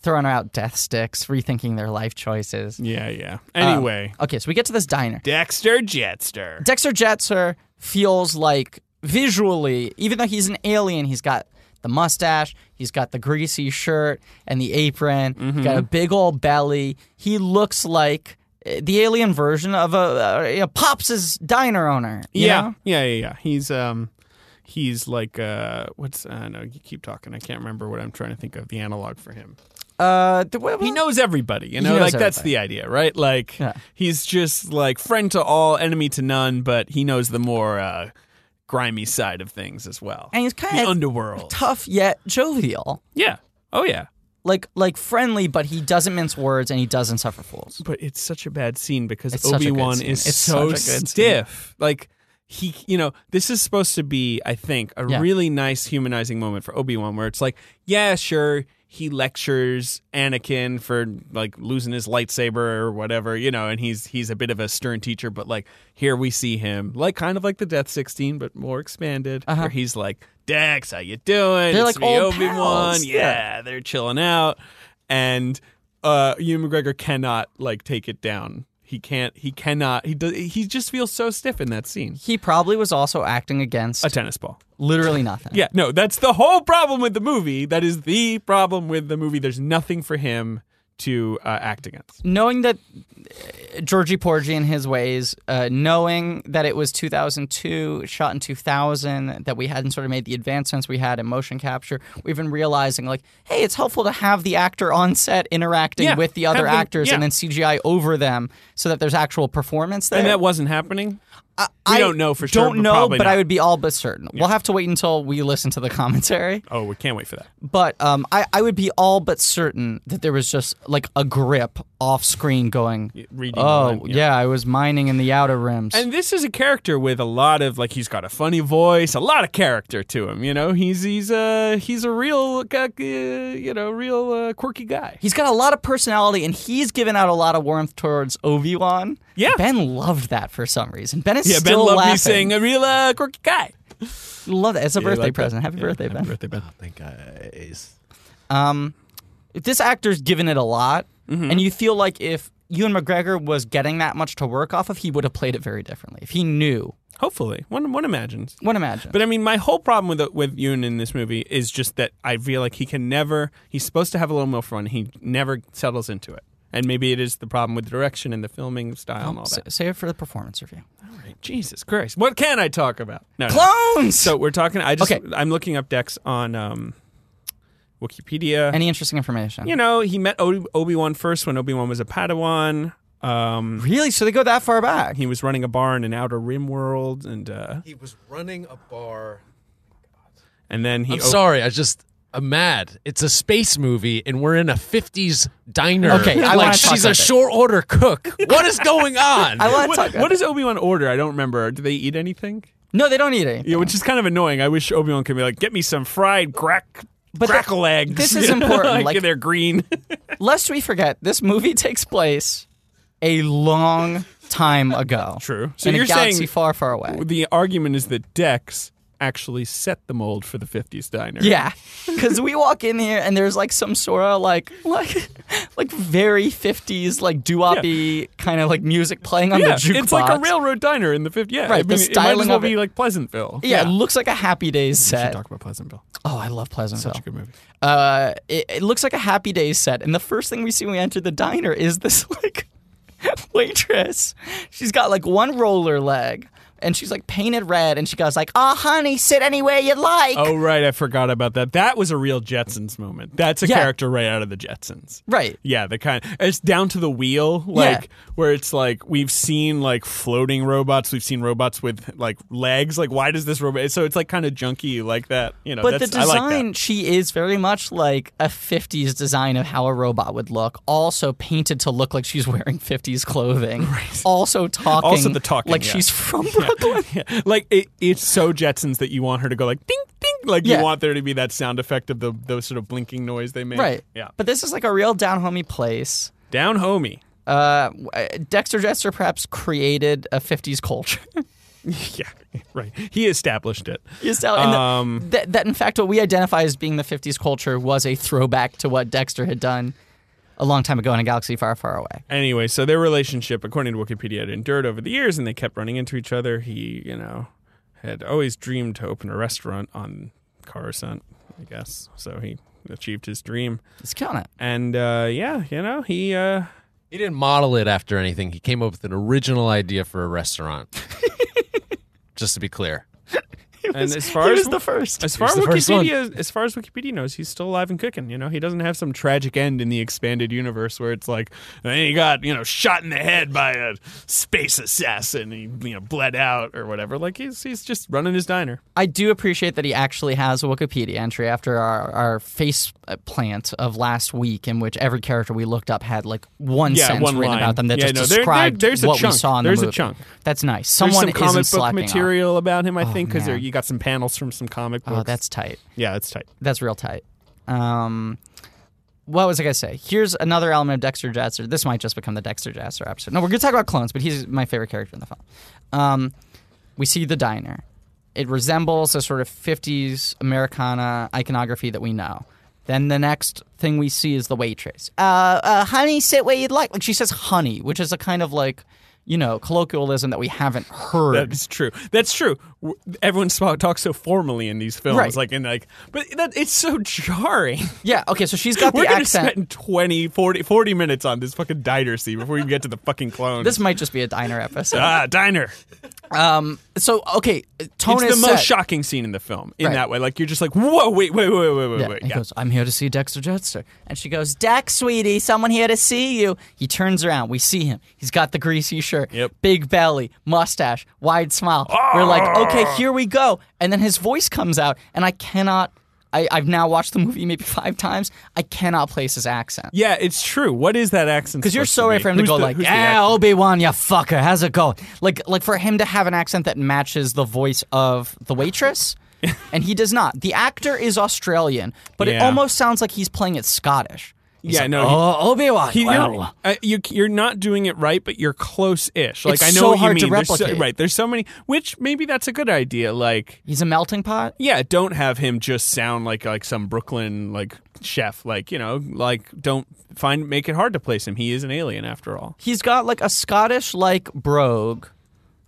throwing out death sticks, rethinking their life choices. Yeah, yeah. Anyway, Okay, so we get to this diner. Dexter Jetster. Dexter Jetser feels like visually, even though he's an alien, he's got the mustache, he's got the greasy shirt and the apron, he's got a Mm-hmm. big old belly. He looks like uh, the alien version of a, a, a Pops' diner owner. you yeah, know? yeah, yeah, yeah. He's um, he's like uh, what's uh, no, you keep talking. I can't remember what I'm trying to think of the analog for him. Uh, the- what- He knows everybody, you know. knows Like that's everybody. the idea, right? Like Yeah. he's just like friend to all, enemy to none, but he knows the more uh, grimy side of things as well. And he's the kind of underworld. tough yet jovial. yeah. Oh yeah. Like like friendly, but he doesn't mince words and he doesn't suffer fools. But it's such a bad scene because It's such a Obi good Wan scene. is It's such so a good scene. stiff. Like he, you know, this is supposed to be, I think, a Yeah. really nice humanizing moment for Obi Wan, where it's like, yeah, sure, he lectures Anakin for like losing his lightsaber or whatever, you know, and he's he's a bit of a stern teacher, but like here we see him, like kind of like the Death Sixteen, but more expanded, where he's like, Dex, how you doing? Uh-huh. They're it's like me, old Obi Wan, pals. yeah yeah, Uh, they're chilling out, and uh, Ewan McGregor cannot like take it down. He can't. He cannot. He does. He just feels so stiff in that scene. He probably was also acting against A tennis ball. literally nothing. Yeah, no, that's the whole problem with the movie. That is the problem with the movie. There's nothing for him to uh, act against. Knowing that uh, Georgie Porgy and his ways, uh, knowing that it was 2002, shot in 2000, that we hadn't sort of made the advancements we had in motion capture, we've been realizing like, hey, it's helpful to have the actor on set interacting Yeah, with the other have them- actors and yeah. then CGI over them so that there's actual performance there. And that wasn't happening. we I don't know for sure, Don't but know, probably but I not. would be all but certain. We'll have to wait until we listen to the commentary. Oh, we can't wait for that. But um, I, I would be all but certain that there was just like a grip off screen going. Reading. Oh line, yeah. I was mining in the outer rims. And this is a character with a lot of like he's got a funny voice, a lot of character to him. You know, he's he's a he's a real uh, you know real uh, quirky guy. he's got a lot of personality, and he's given out a lot of warmth towards Obi Wan. Yeah. Ben loved that for some reason. Ben is Yeah, Ben still loved laughing. me saying a real uh, quirky guy. Love that. It's a birthday like that. present. Happy birthday, Ben. Birthday Ben. Thank uh, guys. Um, this actor's given it a lot, Mm-hmm. and you feel like if Ewan McGregor was getting that much to work off of, he would have played it very differently if he knew. Hopefully, one one imagines. One imagine. But I mean, my whole problem with with Yoon in this movie is just that I feel like he can never. He's supposed to have a little more fun. He never settles into it, and maybe it is the problem with the direction and the filming style and all Sa- that. save it for the performance review. Jesus Christ, what can I talk about? No, no. Clones. So we're talking. I just Okay. I'm looking up Dex on um, Wikipedia. Any interesting information? you know, he met Obi Wan first when Obi Wan was a Padawan. Um, Really? So they go that far back? he was running a bar in an Outer Rim world, and uh, He was running a bar. and then he I'm op- sorry, I just I'm mad. It's a space movie, and we're in a '50s diner. Okay, I wanna like talk she's about a it. short order cook. What is going on? I want to talk. What, what does Obi Wan order? I don't remember. Do they eat anything? no, they don't eat any. Yeah, which is kind of annoying. I wish Obi Wan could be like, "Get me some fried crack." But crackle eggs. this is You know, important, like, like- they're green. Lest we forget, this movie takes place a long time ago. True. So So in you're a galaxy saying far, far away. the argument is that Dex actually set the mold for the '50s diner. Yeah, because we walk in here and there's like some sort of like like like very fifties like doo kind of like music playing on yeah, the jukebox. it's like a railroad diner in the 50s. Yeah, I Right, the mean, it might as styling well of be it. like Pleasantville. Yeah, it looks like a Happy Days we should set. talk about Pleasantville. Oh, I love Pleasantville. Such a good movie. uh, it, it looks like a happy days set and the first thing we see when we enter the diner is this like waitress she's got like one roller leg and she's like painted red and she goes like oh honey sit anywhere you like Oh right, I forgot about that. That was a real Jetsons moment. That's a Yeah. character right out of the Jetsons. right Yeah, the kind it's down to the wheel, like where it's like we've seen like floating robots, we've seen robots with like legs. Like why does this robot? So it's like kind of junky like that. You know, but the that's, I like that. design she is very much like a 50s design of how a robot would look also painted to look like she's wearing 50s clothing also talking Also the talking, like yeah. she's from brooklyn Yeah, like it, it's so Jetsons that you want her to go like ding ding. Like Yeah. you want there to be that sound effect of the those sort of blinking noise they make. right Yeah. but this is like a real down homey place Down homie. uh, Dexter Jester perhaps created a 50s culture. Yeah. Right. He established it. Is that, and the- Um, that, that, in fact, what we identify as being the 50s culture was a throwback to what Dexter had done a long time ago in a galaxy far, far away. Anyway, so their relationship, according to Wikipedia, had endured over the years, and they kept running into each other. He, you know, had always dreamed to open a restaurant on Coruscant, I guess. So he achieved his dream. It's kind of And uh, yeah, you know, he uh, He didn't model it after anything. He came up with an original idea for a restaurant. Just to be clear. and as far he as was the first. As far as He's the first one. Wikipedia, as far as Wikipedia knows, he's still alive and kicking. You know, he doesn't have some tragic end in the expanded universe where it's like, then he got you know shot in the head by a space assassin. He you know bled out or whatever. Like he's he's just running his diner. I do appreciate that he actually has a Wikipedia entry after our, our face uh, plant of last week, in which every character we looked up had like one Yeah, sentence one written line. about them that Yeah, just no, there- there- described there's a what chunk. we saw in There's a the movie. chunk. That's nice. There's Someone some comic isn't book slacking off. material about him, I think, because man. you got some panels from some comic books. Oh, that's tight. yeah, that's tight. That's real tight. Um, what was I gonna say? Here's another element of Dexter Jasser. This might just become the Dexter Jasser episode. No, we're gonna talk about clones, but he's my favorite character in the film. Um, we see the diner. It resembles a sort of 50s Americana iconography that we know. Then the next thing we see is the waitress. Uh, uh, honey, sit where you'd like. Like she says, honey, which is a kind of like, you know, colloquialism that we haven't heard. That's true. That's true. W- Everyone sp- talks so formally in these films, Right. like in like, but that it's so jarring. yeah, okay, so she's got We're the gonna accent. spend 20, 40, 40 minutes on this fucking diner scene before we even get to the fucking clone. This might just be a diner episode. ah diner. So okay, tone It's the is most set. shocking scene in the film in Right. that way. Like you're just like, whoa, wait, wait, wait, wait, wait, Yeah. wait. He Yeah. goes, I'm here to see Dexter Jetster. And she goes, Dex, sweetie, someone here to see you. He turns around. We see him. He's got the greasy shirt, Yep. big belly, mustache, wide smile. We're like, Ah. okay, here we go. And then his voice comes out, and I cannot. I, I've now watched the movie maybe five times. I cannot place his accent. yeah, it's true. What is that accent? Because you're supposed so ready for him to Who's go the- like, who's the "Yeah, actor? Obi Wan, you fucker, how's it going?" Like, like for him to have an accent that matches the voice of the waitress, and he does not. The actor is Australian, but it Yeah. almost sounds like he's playing it Scottish. He's Yeah, like, no, he- Oh, Obi Wan. He, wow. no, uh, you, you're not doing it right, but you're close-ish. Like It's I know so what hard to you mean. There's so- replicate. right? There's so many. Which maybe that's a good idea. Like, He's a melting pot. yeah, don't have him just sound like like some Brooklyn like chef. Like you know, like don't find make it hard to place him. He is an alien after all. He's got like a Scottish like brogue,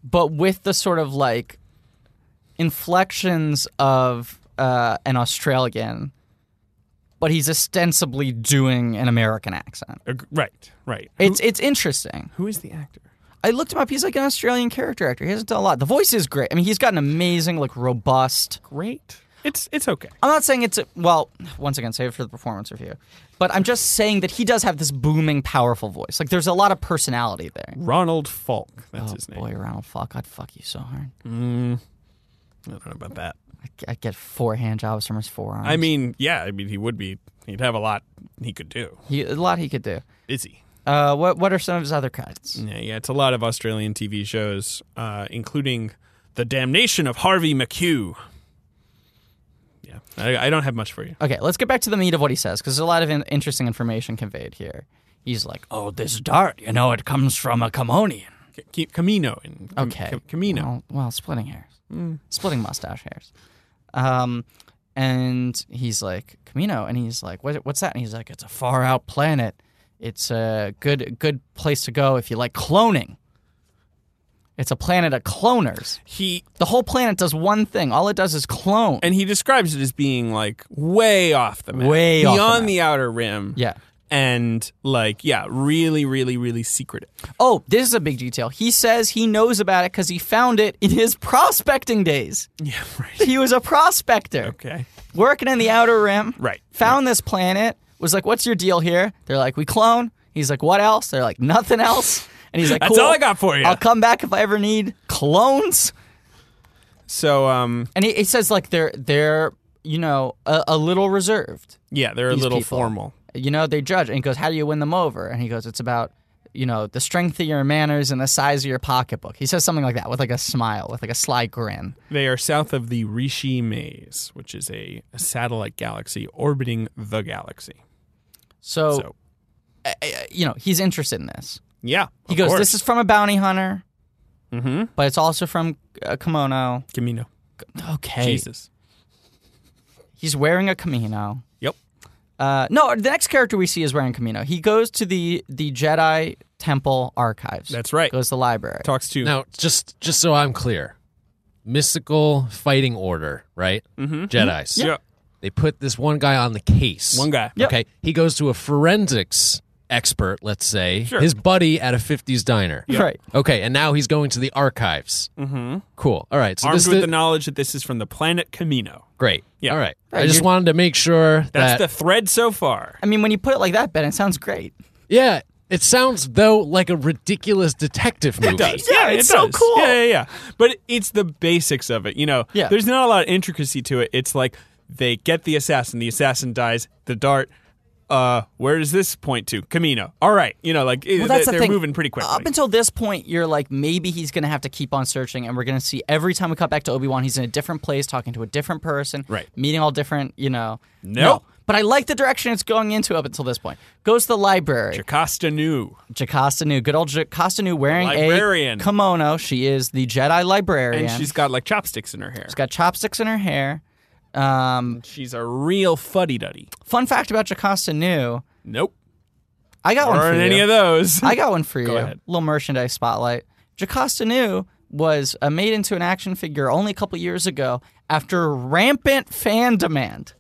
but with the sort of like inflections of uh, an Australian. But he's ostensibly doing an American accent. Ag- Right, right. It's it's interesting. Who is the actor? I looked him up. He's like an Australian character actor. He hasn't done a lot. The voice is great. I mean, he's got an amazing, like, robust. Great. It's it's okay. I'm not saying it's a, well. Once again, save it for the performance review. But I'm just saying that he does have this booming, powerful voice. Like, there's a lot of personality there. Ronald Falk. That's Oh his name. boy, Ronald Fuck, I'd fuck you so hard. I don't know about that. I- I'd get four hand jobs from his forearms. I mean, yeah. I mean, he would be. He'd have a lot he could do. he, a lot he could do. Is he? Uh, what what are some of his other credits? Yeah, yeah. It's a lot of Australian TV shows, uh, including The Damnation of Harvey McHugh. Yeah, I, I don't have much for you. Okay, let's get back to the meat of what he says because there's a lot of in- interesting information conveyed here. He's like, "Oh, this dart, you know, it comes from a Camonian." C- C- Camino and Cam- Okay. Cam- Camino. Well, well, splitting hairs, Mm. splitting mustache hairs. Um, and he's like Camino, and he's like, what, "What's that?" And he's like, "It's a far out planet. It's a good good place to go if you like cloning. It's a planet of cloners. He The whole planet does one thing. All it does is clone. and he describes it as being like way off the map, Way off beyond the map. the outer rim. yeah." and like yeah, really, really, really secretive. Oh, this is a big detail. He says he knows about it because he found it in his prospecting days. Yeah, right. He was a prospector. Okay. working in the outer rim. Right. Found this planet. Was like, "What's your deal here?" They're like, "We clone." He's like, "What else?" They're like, "Nothing else." And he's like, That's "Cool, all I got for you. I'll come back if I ever need clones." So um, And he, he says like they're they're you know a, a little reserved. yeah, they're These a little people. formal. You know they judge. And he goes, "How do you win them over?" And he goes, "It's about." You know, the strength of your manners and the size of your pocketbook. He says something like that with like a smile, with like a sly grin. They are south of the Rishi Maze, which is a, a satellite galaxy orbiting the galaxy. So, So uh, you know, he's interested in this. yeah, He of goes, course. This is from a bounty hunter. Mhm. but it's also from a kimono. Camino. Okay. Jesus. He's wearing a kimono. Yep. Uh, no, the next character we see is wearing kimono. He goes to the the Jedi Temple archives. That's right. Goes to the library. Talks to Now, just just so I'm clear, mystical fighting order, right? Mm-hmm. Jedi's. Yeah. They put this one guy on the case. One guy. Yep. Okay. He goes to a forensics expert, let's say, Sure. his buddy at a 50s diner. Right. Okay. And now he's going to the archives. Mm-hmm. Cool. All right. So Armed this with is the knowledge that this is from the planet Camino. great. Yeah. All right. Right, I just you're- wanted to make sure that. That's the thread so far. I mean, when you put it like that, Ben, it sounds great. yeah. It sounds though like a ridiculous detective movie. Yeah, it's so does. cool. Yeah, yeah, yeah. But it's the basics of it. You know, Yeah. there's not a lot of intricacy to it. It's like they get the assassin, the assassin dies, the dart. Uh, where does this point to? Camino. All right, you know, like it- they, are moving pretty quickly. Up until this point, you're like, maybe he's going to have to keep on searching, and we're going to see every time we cut back to Obi Wan, he's in a different place, talking to a different person, Right. Meeting all different, you know. Nope. But I like the direction it's going into up until this point. Goes to the library. Jocasta knew. Jocasta Nu, good old Jocasta Nu, wearing Librarian. a kimono. She is the Jedi librarian. and she's got like chopsticks in her hair. she's got chopsticks in her hair. Um, She's a real fuddy duddy. fun fact about Jocasta Nu, Nope. I got one for Or you. any of those. I got one for you. ahead. Little merchandise spotlight. Jocasta Nu was uh, made into an action figure only a couple years ago after rampant fan demand.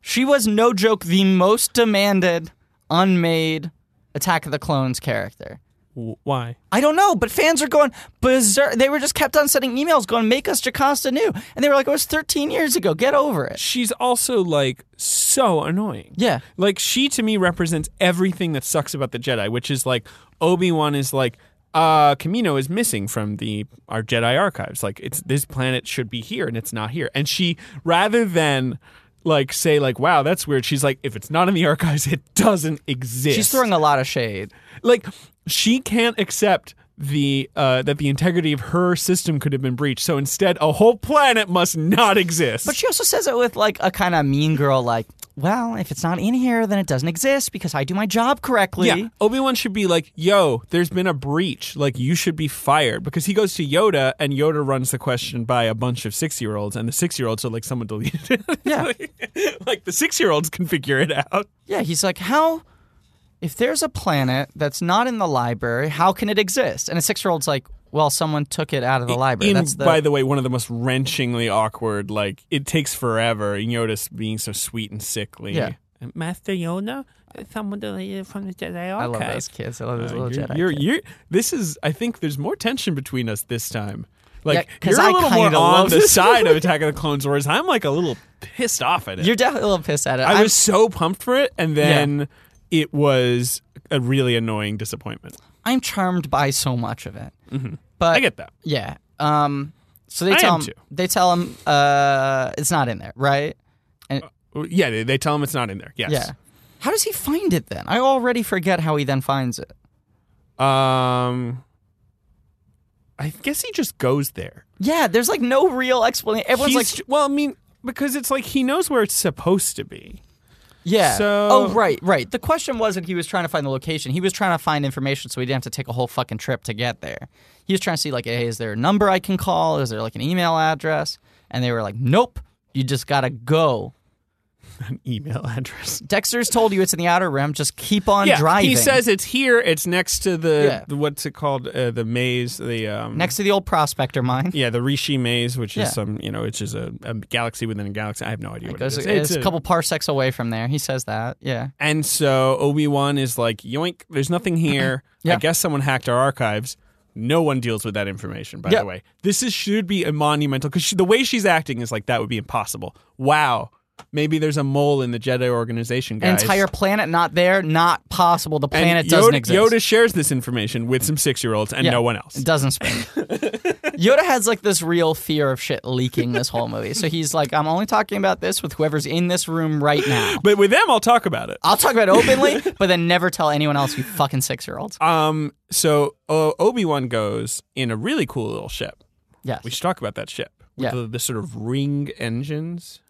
She was no joke the most demanded unmade Attack of the Clones character. W- Why? I don't know, but fans are going berserk. They were just kept on sending emails going, "Make us Jocasta New," and they were like, "It was 13 years ago. Get over it." She's also like so annoying. Yeah, Like she to me represents everything that sucks about the Jedi, which is like Obi-Wan is like uh Kamino is missing from the our Jedi archives. Like it's this planet should be here and it's not here. And she rather than like say like wow that's weird she's like if it's not in the archives it doesn't exist she's throwing a lot of shade. like she can't accept the uh, that the integrity of her system could have been breached. So instead, a whole planet must not exist. But she also says it with like a kind of mean girl, like, well, if it's not in here, then it doesn't exist because I do my job correctly. yeah, Obi Wan should be like, "Yo, there's been a breach. Like, you should be fired." Because he goes to Yoda, and Yoda runs the question by a bunch of six year olds, and the six year olds are like, "Someone deleted it." Yeah. like the six year olds can figure it out. Yeah, He's like, how, if there's a planet that's not in the library, how can it exist? And a six year old's like, well, someone took it out of the library. In, that's the, by the way, one of the most wrenchingly awkward. Like, it takes forever. And Yoda's being so sweet and sickly. Yeah. Master Yoda, someone deleted from the Jedi I love those kids. I love those Uh, little you're, Jedi. you're, kids. you're- this is. I think there's more tension between us this time. Like Yeah, 'cause you're a I little more kinda on love the this side of Attack of the Clones, whereas I'm like a little pissed off at it. You're definitely a little pissed at it. I I'm- was so pumped for it, and then it was a really annoying disappointment. I'm charmed by so much of it. But Mm-hmm. I get that. yeah. Um. So they I tell am him. too. They tell him. Uh, it's not in there, right? Yeah, they, they tell him it's not in there. Yes. Yeah. How does he find it then? I already forget how he then finds it. Um, I guess he just goes there. Yeah, there's like no real explanation. Everyone's He's- like, well, I mean, because it's like he knows where it's supposed to be. yeah. so- oh, right, right. The question wasn't he was trying to find the location. He was trying to find information so he didn't have to take a whole fucking trip to get there. He was trying to see like, hey, is there a number I can call? Is there like an email address? And they were like, nope. You just gotta go. An email address. Dexter's told you it's in the outer rim. Just keep on driving. He says it's here. It's next to the, Yeah. the- what's it called? Uh, the maze. The um, next to the old prospector mine. Yeah, the Rishi maze, which Yeah. is some you know, which is a, a galaxy within a galaxy. I have no idea what Goes- it is. it's a couple parsecs away from there. He says that. Yeah. And so Obi Wan is like, "Yoink! There's nothing here. I Yeah. guess someone hacked our archives." No one deals with that information, by Yeah. the way. This is should be a monumental because the way she's acting is like that would be impossible. Wow, maybe there's a mole in the Jedi organization, An guys. entire planet not there. Not possible. The and planet Yoda, doesn't exist. Yoda shares this information with some six year olds and Yeah. no one else. It doesn't spin. Yoda has like this real fear of shit leaking this whole movie. So he's like, I'm only talking about this with whoever's in this room right now. But with them, I'll talk about it. I'll talk about it openly, but then never tell anyone else, you fucking six year olds. Um, so uh, Obi Wan goes in a really cool little ship. Yes. We should talk about that ship. With Yeah. The, the sort of ring engines,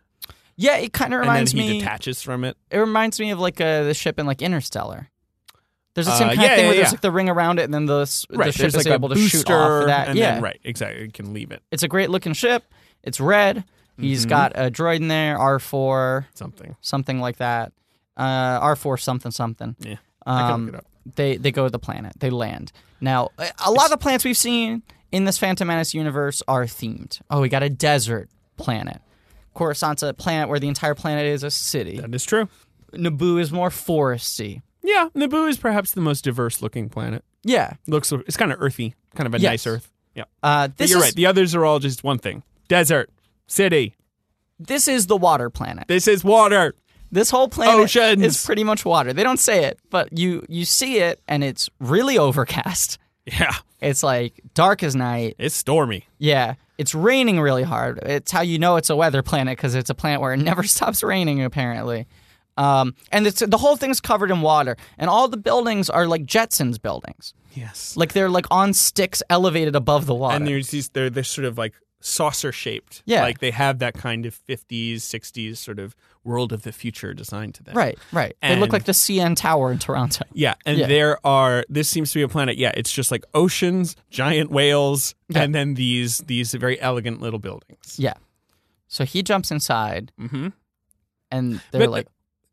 Yeah, it kind of and reminds then he me. detaches from it. It reminds me of like uh, the ship in like Interstellar. There's the Uh, same kind yeah, of thing yeah, where yeah. there's like the ring around it, and then the, s- the ship there's is like able a to shoot off of booster, that. and yeah, then, right, exactly. You can leave it it's a great looking ship. It's red. He's Mm-hmm. got a droid in there, R four, something. something like that. Uh, R four something something. Yeah, I can Um, look it up. they they go to the planet. They land. Now, a a lot of the planets we've seen in this Phantom Menace universe are themed. Oh, we got a desert planet. Coruscant's a planet where the entire planet is a city. That is true. Naboo is more foresty. Yeah, Naboo is perhaps the most diverse looking planet. Yeah. Looks, it's kind of earthy, kind of a Yes. nice Earth. Yeah, Uh, but this you're is right. The others are all just one thing: desert, city. this is the water planet. This is water. This whole planet Oceans. is pretty much water. They don't say it, but you you see it and it's really overcast. Yeah, It's like dark as night. it's stormy. Yeah. It's raining really hard. It's how you know it's a weather planet because it's a planet where it never stops raining, apparently. Um, and it's, the whole thing's covered in water, and all the buildings are like Jetsons buildings. Yes, Like they're like on sticks elevated above the water. and there's these. They're they're sort of like saucer shaped. Yeah. like they have that kind of 50s, 60s sort of world of the future design to them. right, right. they look And- like the CN Tower in Toronto. Yeah, and Yeah. there are this seems to be a planet. Yeah, it's just like oceans, giant whales, Yeah. and then these these very elegant little buildings. Yeah. So he jumps inside, Mm-hmm. and they're But- like,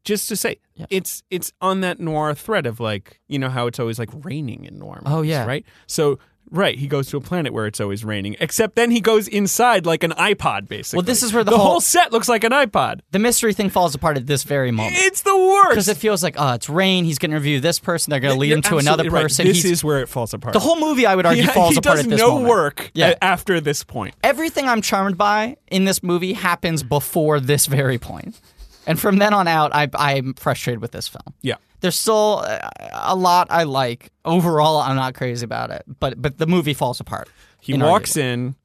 Just to say, Yeah. it's it's on that noir thread of like you know how it's always like raining in noir. Movies, Oh, yeah. right. So right, he goes to a planet where it's always raining. Except then he goes inside like an iPod, basically. Well, this is where the the whole, whole- set looks like an iPod. the mystery thing falls apart at this very moment. It's the Because worst. it feels like, oh, it's rain. He's going to review this person. They're going to lead You're him to another absolutely right. person. This He's, is where it falls apart. the whole movie, I would argue, he, falls he apart does at this no moment. work Yeah. a- after this point. Everything I'm charmed by in this movie happens before this very point. And from then on out, I, I'm frustrated with this film. Yeah. There's still uh, a lot I like. Overall, I'm not crazy about it, but but the movie falls apart. He walks in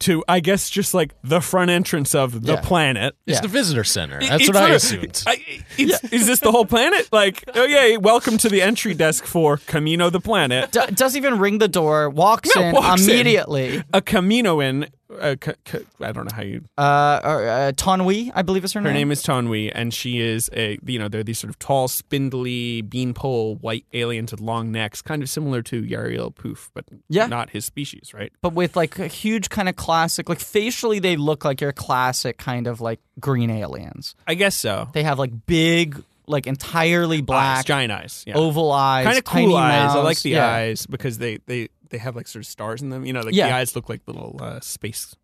to, I guess, just like the front entrance of the Yeah. planet. Yeah. It's the visitor center. That's It's what I sort of- assumed. I- it's- Is this the whole planet? Like, oh yeah, welcome to the entry desk for Camino the planet. D- doesn't even ring the door. Walks No, in walks in. immediately. A Caminoan, I ca- ca- I don't know how you. Uh, or, uh, Tonwi, I believe is her, Her name. name is Tonwi, and she is a you know they're these sort of tall, spindly, beanpole white aliens with long necks, kind of similar to Yariel Poof, but Yeah. not his species, right? but with like a huge kind of classic, like facially they look like your classic kind of like green aliens. I guess so. They have like big, like entirely Eyes, black giant eyes, yeah. oval eyes, kind of tiny cool eyes. I like mouths. the Yeah. eyes because they they they have like sort of stars in them. You know, like the Yeah. eyes look like little uh, space.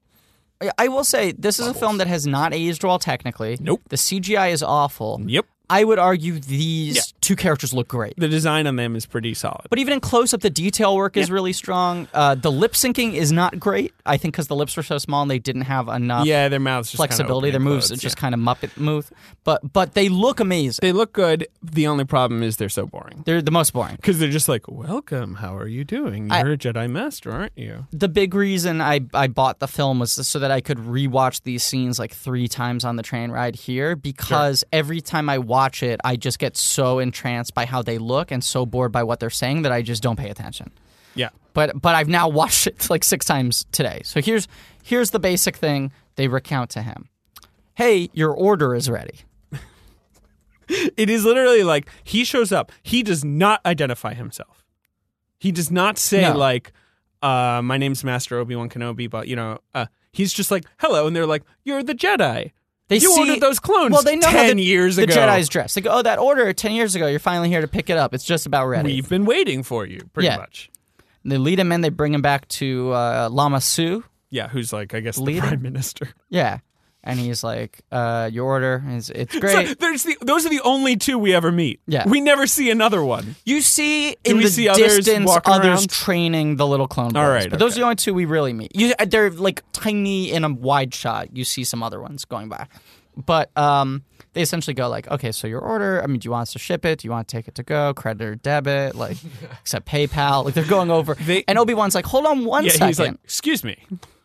I- I will say this is a film that has not aged well technically. Nope. The CGI is awful. Yep, I would argue these Yeah. two characters look great. the design on them is pretty solid. But even in close up, the detail work is really strong. Uh, the lip syncing is not great, I think, because the lips were so small and they didn't have enough yeah, their mouths just kinda flexibility. open Their and moves are close, just yeah. kind of Muppet move, but but they look amazing. they look good. The only problem is they're so boring They're the most boring. because they're just like, "Welcome, how are you doing? I- You're a Jedi Master, aren't you?" The big reason I, I bought the film was so that I could rewatch these scenes like three times on the train ride here because every time I watch it, I just get so entranced by how they look and so bored by what they're saying that I just don't pay attention. Yeah, But but I've now watched it like six times today. So here's here's the basic thing they recount to him. Hey, your order is ready. it is literally like he shows up. He does not identify himself. He does not say No. like, uh, "My name's Master Obi Wan Kenobi," but you know, uh, he's just like, "Hello," and they're like, "You're the Jedi." They you see- ordered those clones. Well, they know how ten the, years the ago. Jedi's dress. They go, oh, that order ten years ago. You're finally here to pick it up. It's just about ready. We've been waiting for you, pretty Yeah. much. They lead him in. They bring him back to uh, Lama Su. Yeah, who's like, I guess, the Leader? prime minister. Yeah, and he's like, uh, "Your order is it's So great." there's the, those are the only two we ever meet. Yeah. we never see another one. you see Do in we the see others distance walking others around? training the little clone boys. All right, but those are okay. the only two we really meet. You, uh, they're like tiny in a wide shot. You see some other ones going by, but um, they essentially go like, "Okay, so your order. I mean, do you want us to ship it? Do you want to take it to go? Credit or debit? Like, except PayPal. Like they're going over." They- and Obi Wan's like, "Hold on one Yeah, second. he's like, "Excuse me,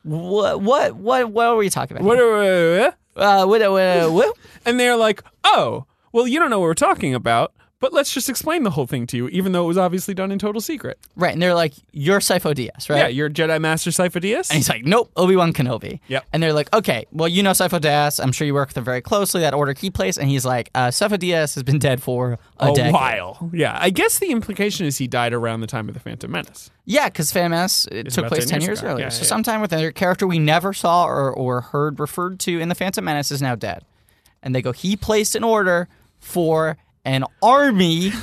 what, what, what, what were we talking about? what?" here? Are, uh, what, what, what? and they're like, "Oh, well, you don't know what we're talking about." But let's just explain the whole thing to you, even though it was obviously done in total secret. Right, and they're like, "You're Sifo Dyas, right?" Yeah, you're Jedi Master Sifo-Dyas. And he's like, "Nope, Obi Wan Kenobi." Yep. And they're like, "Okay, well, you know Sifo Dyas. I'm sure you work with him very closely. That order he plays." And he's like, uh, "Sifo Dyas has been dead for a, a decade. while. Yeah, I guess the implication is he died around the time of the Phantom Menace. Yeah, because Famous it took about place 10 ten years years, ago. earlier. Yeah, so yeah, yeah. sometime with a character we never saw or, or heard referred to in the Phantom Menace is now dead. And they go, "He placed an order for an army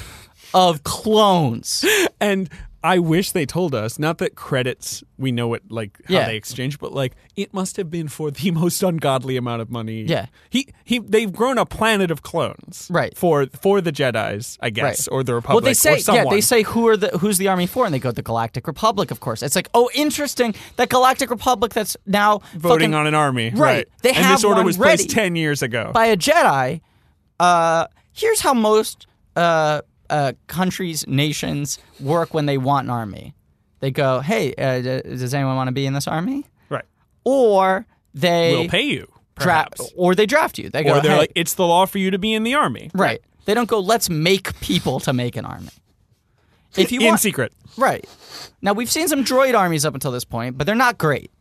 of clones." And I wish they told us. Not that credits, we know what like how Yeah. they exchange, but like it must have been for the most ungodly amount of money. Yeah. he he. They've grown a planet of clones, Right. For for the Jedi's, I guess, Right. or the Republic. Well, they or say, yeah, someone. they say who are the who's the army for, and they go the Galactic Republic, of course. It's like, oh, interesting, that Galactic Republic that's now voting fucking on an army, right? Right. They and have this order one was ready. placed ten years ago. by a Jedi. Uh, here's how most uh, uh, countries, nations work when they want an army. They go, hey, uh, d- does anyone want to be in this army? right, Or they we'll pay you, draft, perhaps. or they draft you. They go, or they're "Hey." like, it's the law for you to be in the army, right. They don't go, let's make people to make an army. If you in want, secret. right. Now we've seen some droid armies up until this point, but they're not great.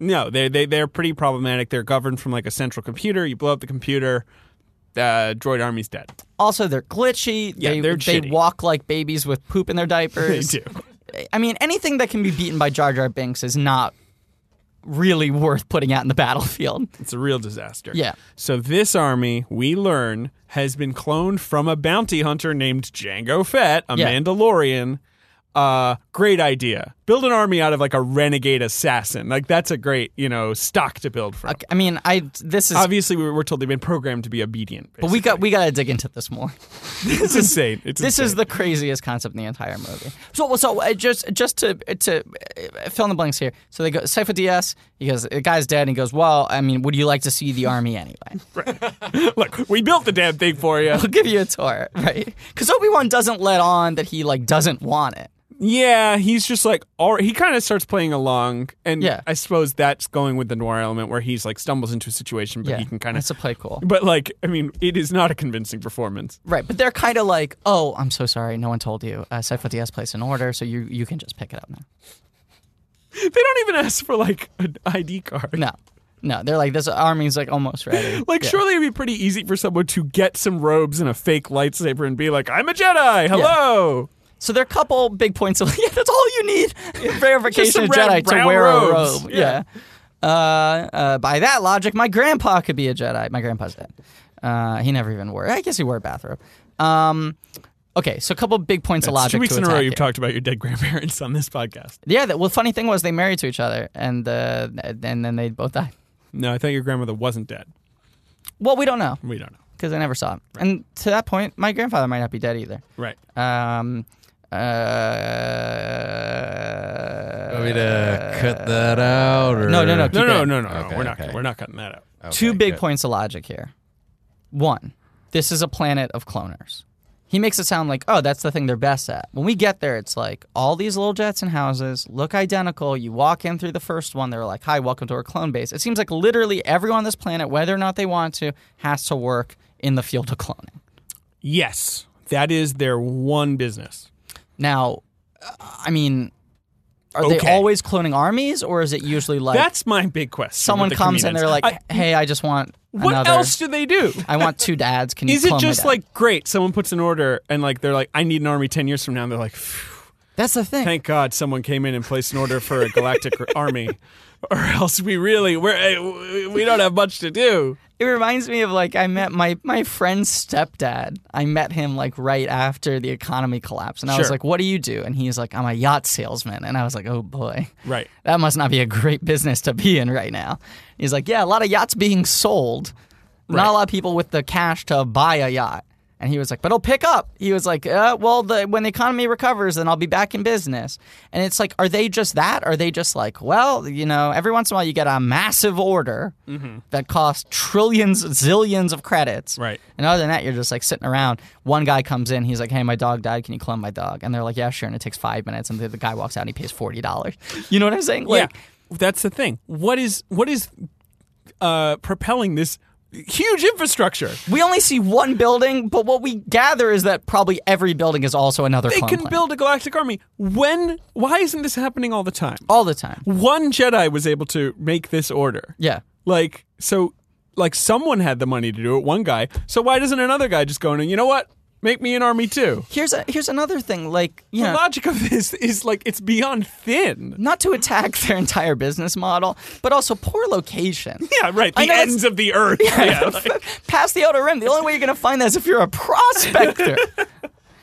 No, they they they're pretty problematic. They're governed from like a central computer. You blow up the computer, uh, droid army's dead. Also, they're glitchy. Yeah, they they're they shitty. walk like babies with poop in their diapers. I mean, anything that can be beaten by Jar Jar Binks is not really worth putting out in the battlefield. It's a real disaster. Yeah. So this army, we learn, has been cloned from a bounty hunter named Django Fett, a Yeah. Mandalorian. Uh, great idea. Build an army out of like a renegade assassin. Like that's a great, you know, stock to build from. I mean, I this is Obviously, we we're told they've been programmed to be obedient. but we got we got to dig into this more. this is insane. It's This insane. is the craziest concept in the entire movie. So, so uh, just just to to uh, fill in the blanks here. So they go Cypher DS. He goes, the guy's dead. And he goes, well, I mean, would you like to see the army anyway? look. We built the damn thing for you. I'll give you a tour, right? Because Obi Wan doesn't let on that he like doesn't want it. Yeah, he's just like, all he kind of starts playing along, and Yeah. I suppose that's going with the noir element where he's like stumbles into a situation, but Yeah, he can kind of. it's a play cool, But like, I mean, it is not a convincing performance. right? But they're kind of like, oh, I'm so sorry, no one told you. Uh, Cypher DS placed an order, so you you can just pick it up now. They don't even ask for like an ID card. No, no, they're like this army's like almost ready. Like, Yeah. surely it'd be pretty easy for someone to get some robes and a fake lightsaber and be like, "I'm a Jedi." Hello. So there are a couple big points of yeah, that's all you need. Verification some of red, Jedi to brown wear robes. a robe. Yeah. Yeah. Uh, uh, by that logic, my grandpa could be a Jedi. My grandpa's dead. Uh, he never even wore. I guess he wore a bathrobe. Um, okay, so a couple big points of It's logic. Two weeks to in a row, attack you've here. talked about your dead grandparents on this podcast. Yeah. The, well, funny thing was they married to each other, and uh, and then they both died. No, I thought your grandmother wasn't dead. Well, we don't know We don't know. because I never saw him. And to that point, my grandfather might not be dead either. Right. Um, uh, Want me to cut that out? Or... no, no, no, keep No, it no, in. no, no, no. Okay, we're not. okay. We're not cutting that out. two Okay, big good. points of logic here. One, this is a planet of cloners. He makes it sound like, oh, that's the thing they're best at. When we get there, it's like all these little Jetson houses look identical. You walk in through the first one, they're like, hi, welcome to our clone base. It seems like literally everyone on this planet, whether or not they want to, has to work in the field of cloning. Yes, that is their one business. Now, uh, I mean, are they Okay. always cloning armies, or is it usually like That's my big question. someone with the comes and comedians. they're like, I- hey, I just want what another. else do they do? I want two dads. Can you Is it clone my just dad?" like great? Someone puts an order and like they're like, I need an army ten years from now. And they're like, "Phew, that's the thing? thank God someone came in and placed an order for a galactic army, or else we really we're, eh, we don't have much to do. It reminds me of like I met my my friend's stepdad. I met him like right after the economy collapsed, and I was Sure. like, "What do you do?" And he's like, "I'm a yacht salesman," and I was like, "Oh boy, Right. that must not be a great business to be in right now." He's like, "Yeah, a lot of yachts being sold, not a lot of people with the cash to buy a yacht." And he was like, "But it'll pick up." He was like, uh, "Well, the, when the economy recovers, then I'll be back in business." And it's like, are they just that? Are they just like, well, you know, every once in a while you get a massive order that costs trillions, zillions of credits, Right. and other than that, you're just like sitting around. One guy comes in, he's like, "Hey, my dog died. Can you clone my dog?" And they're like, "Yeah, sure." And it takes five minutes, and the, the guy walks out and he pays forty dollars. You know what I'm saying? Like, yeah, that's the thing. What is what is uh, propelling this huge infrastructure? we only see one building, but what we gather is that probably every building is also another. They clone can plant. build a galactic army. When? Why isn't this happening all the time? all the time. one Jedi was able to make this order. Yeah, Like so like someone had the money to do it, one guy. So why doesn't another guy just go in and you know what? Make me an army too. here's a, here's another thing. Like, you The know, logic of this is like it's beyond thin. not to attack their entire business model, but also poor location. Yeah, right. I The know that's- ends of the earth. Yeah. like- Past the outer rim, the only way you're going to find that is if you're a prospector.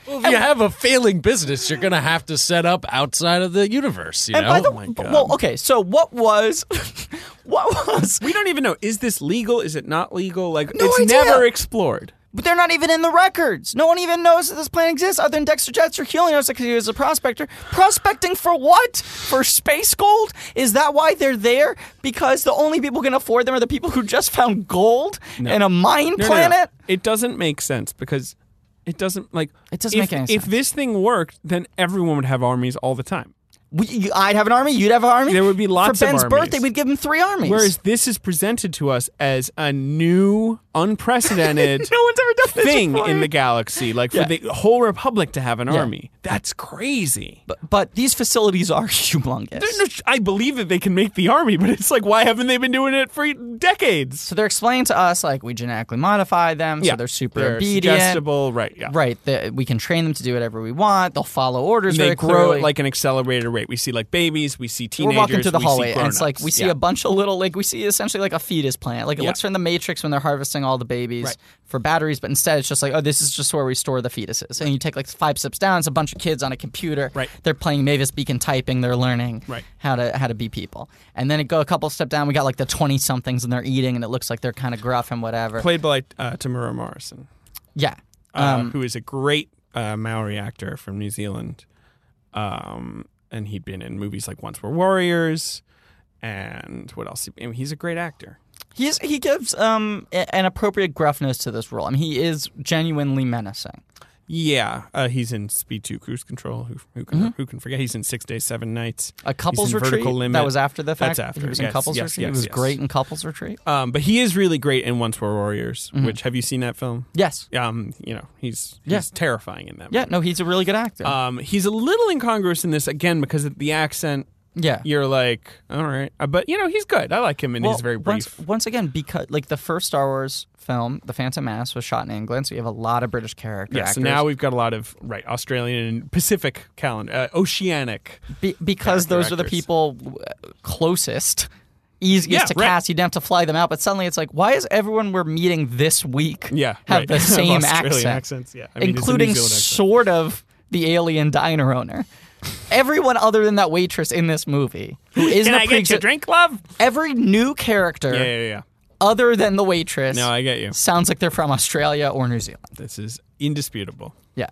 Well, if you have a failing business, you're going to have to set up outside of the universe. You And know, by the Oh my but- God. well, okay. So what was, what was? We don't even know. Is this legal? Is it not legal? Like No it's idea. never explored. But they're not even in the records. No one even knows that this plan exists, other than Dexter Jetster killing us because he was a prospector. Prospecting for what? For space gold? Is that why they're there? Because the only people who can afford them are the people who just found gold in a mine No, no, no. planet. It doesn't make sense because it doesn't like It doesn't if, make any If sense. this thing worked, then everyone would have armies all the time. We, you, I'd have an army. You'd have an army. There would be lots For of Ben's armies. birthday, we'd give him three armies. Whereas this is presented to us as a new, unprecedented no one's ever done this thing before. in the galaxy. Like Yeah. for the whole republic to have an army. That's crazy. But, but these facilities are humongous. No, I believe that they can make the army, but it's like, why haven't they been doing it for decades? so they're explaining to us like we genetically modify them, so they're super obedient. suggestible, right? Yeah, Right, that we can train them to do whatever we want. They'll follow orders. And they very grow clearly. at like an accelerated rate. We see like babies, we see we're teenagers, walking through the we hallway, see and it's like we grown-ups. see Yeah. a bunch of little, like we see essentially like a fetus plant. Like it Yeah. looks from the Matrix when they're harvesting all the babies Right. for batteries, but instead it's just like, oh, this is just where we store the fetuses. And you take like five steps down, it's a bunch of kids on a computer. Right. They're playing Mavis Beacon typing. They're learning Right. how to how to be people. And then it go a couple step down. We got like the twenty somethings, and they're eating, and it looks like they're kind of gruff and whatever. played by uh, Tamura Morrison, yeah. uh, Um, who is a great uh, Maori actor from New Zealand, um, and he'd been in movies like Once Were Warriors, and what else? He, I mean, he's a great actor. he's he gives um a- an appropriate gruffness to this role. I mean, he is genuinely menacing. Yeah, uh, he's in Speed Two Cruise Control. Who, who can who can forget? He's in Six Days Seven Nights. Mm-hmm. A couples in retreat Vertical Limit. that was after the fact. That's after, He was in yes, couples yes, retreat. yes, he was yes. great in couples retreat. Um, but he is really great in Once Were Warriors. Which have you seen that film? Yes. Um, you know, he's he's Mm-hmm. Yeah. terrifying in that. Yeah. No, he's a really good actor. Um, he's a little incongruous in this again because of the accent. yeah. You're like, all right, Uh, but you know he's good. I like him in Well, his very once, brief. once again, because like the first Star Wars film, The Phantom Mass, was shot in England, so you have a lot of British character yeah, actors. so now we've got a lot of right Australian and Pacific calendar, uh, oceanic. Be- because character those are the actors. people uh, closest, easiest Yeah, to right. cast. You don't have to fly them out. But suddenly it's like, why is everyone we're meeting this week Yeah, have right. the same Australian accent, accents, yeah. I mean, it's a New including Zealand accent. sort of the alien diner owner. Everyone other than that waitress in this movie who isn't Can a I get you a preexi- drink, love? every new character Yeah, yeah, yeah. other than the waitress No, I get you. sounds like they're from Australia or New Zealand. This is indisputable. Yeah.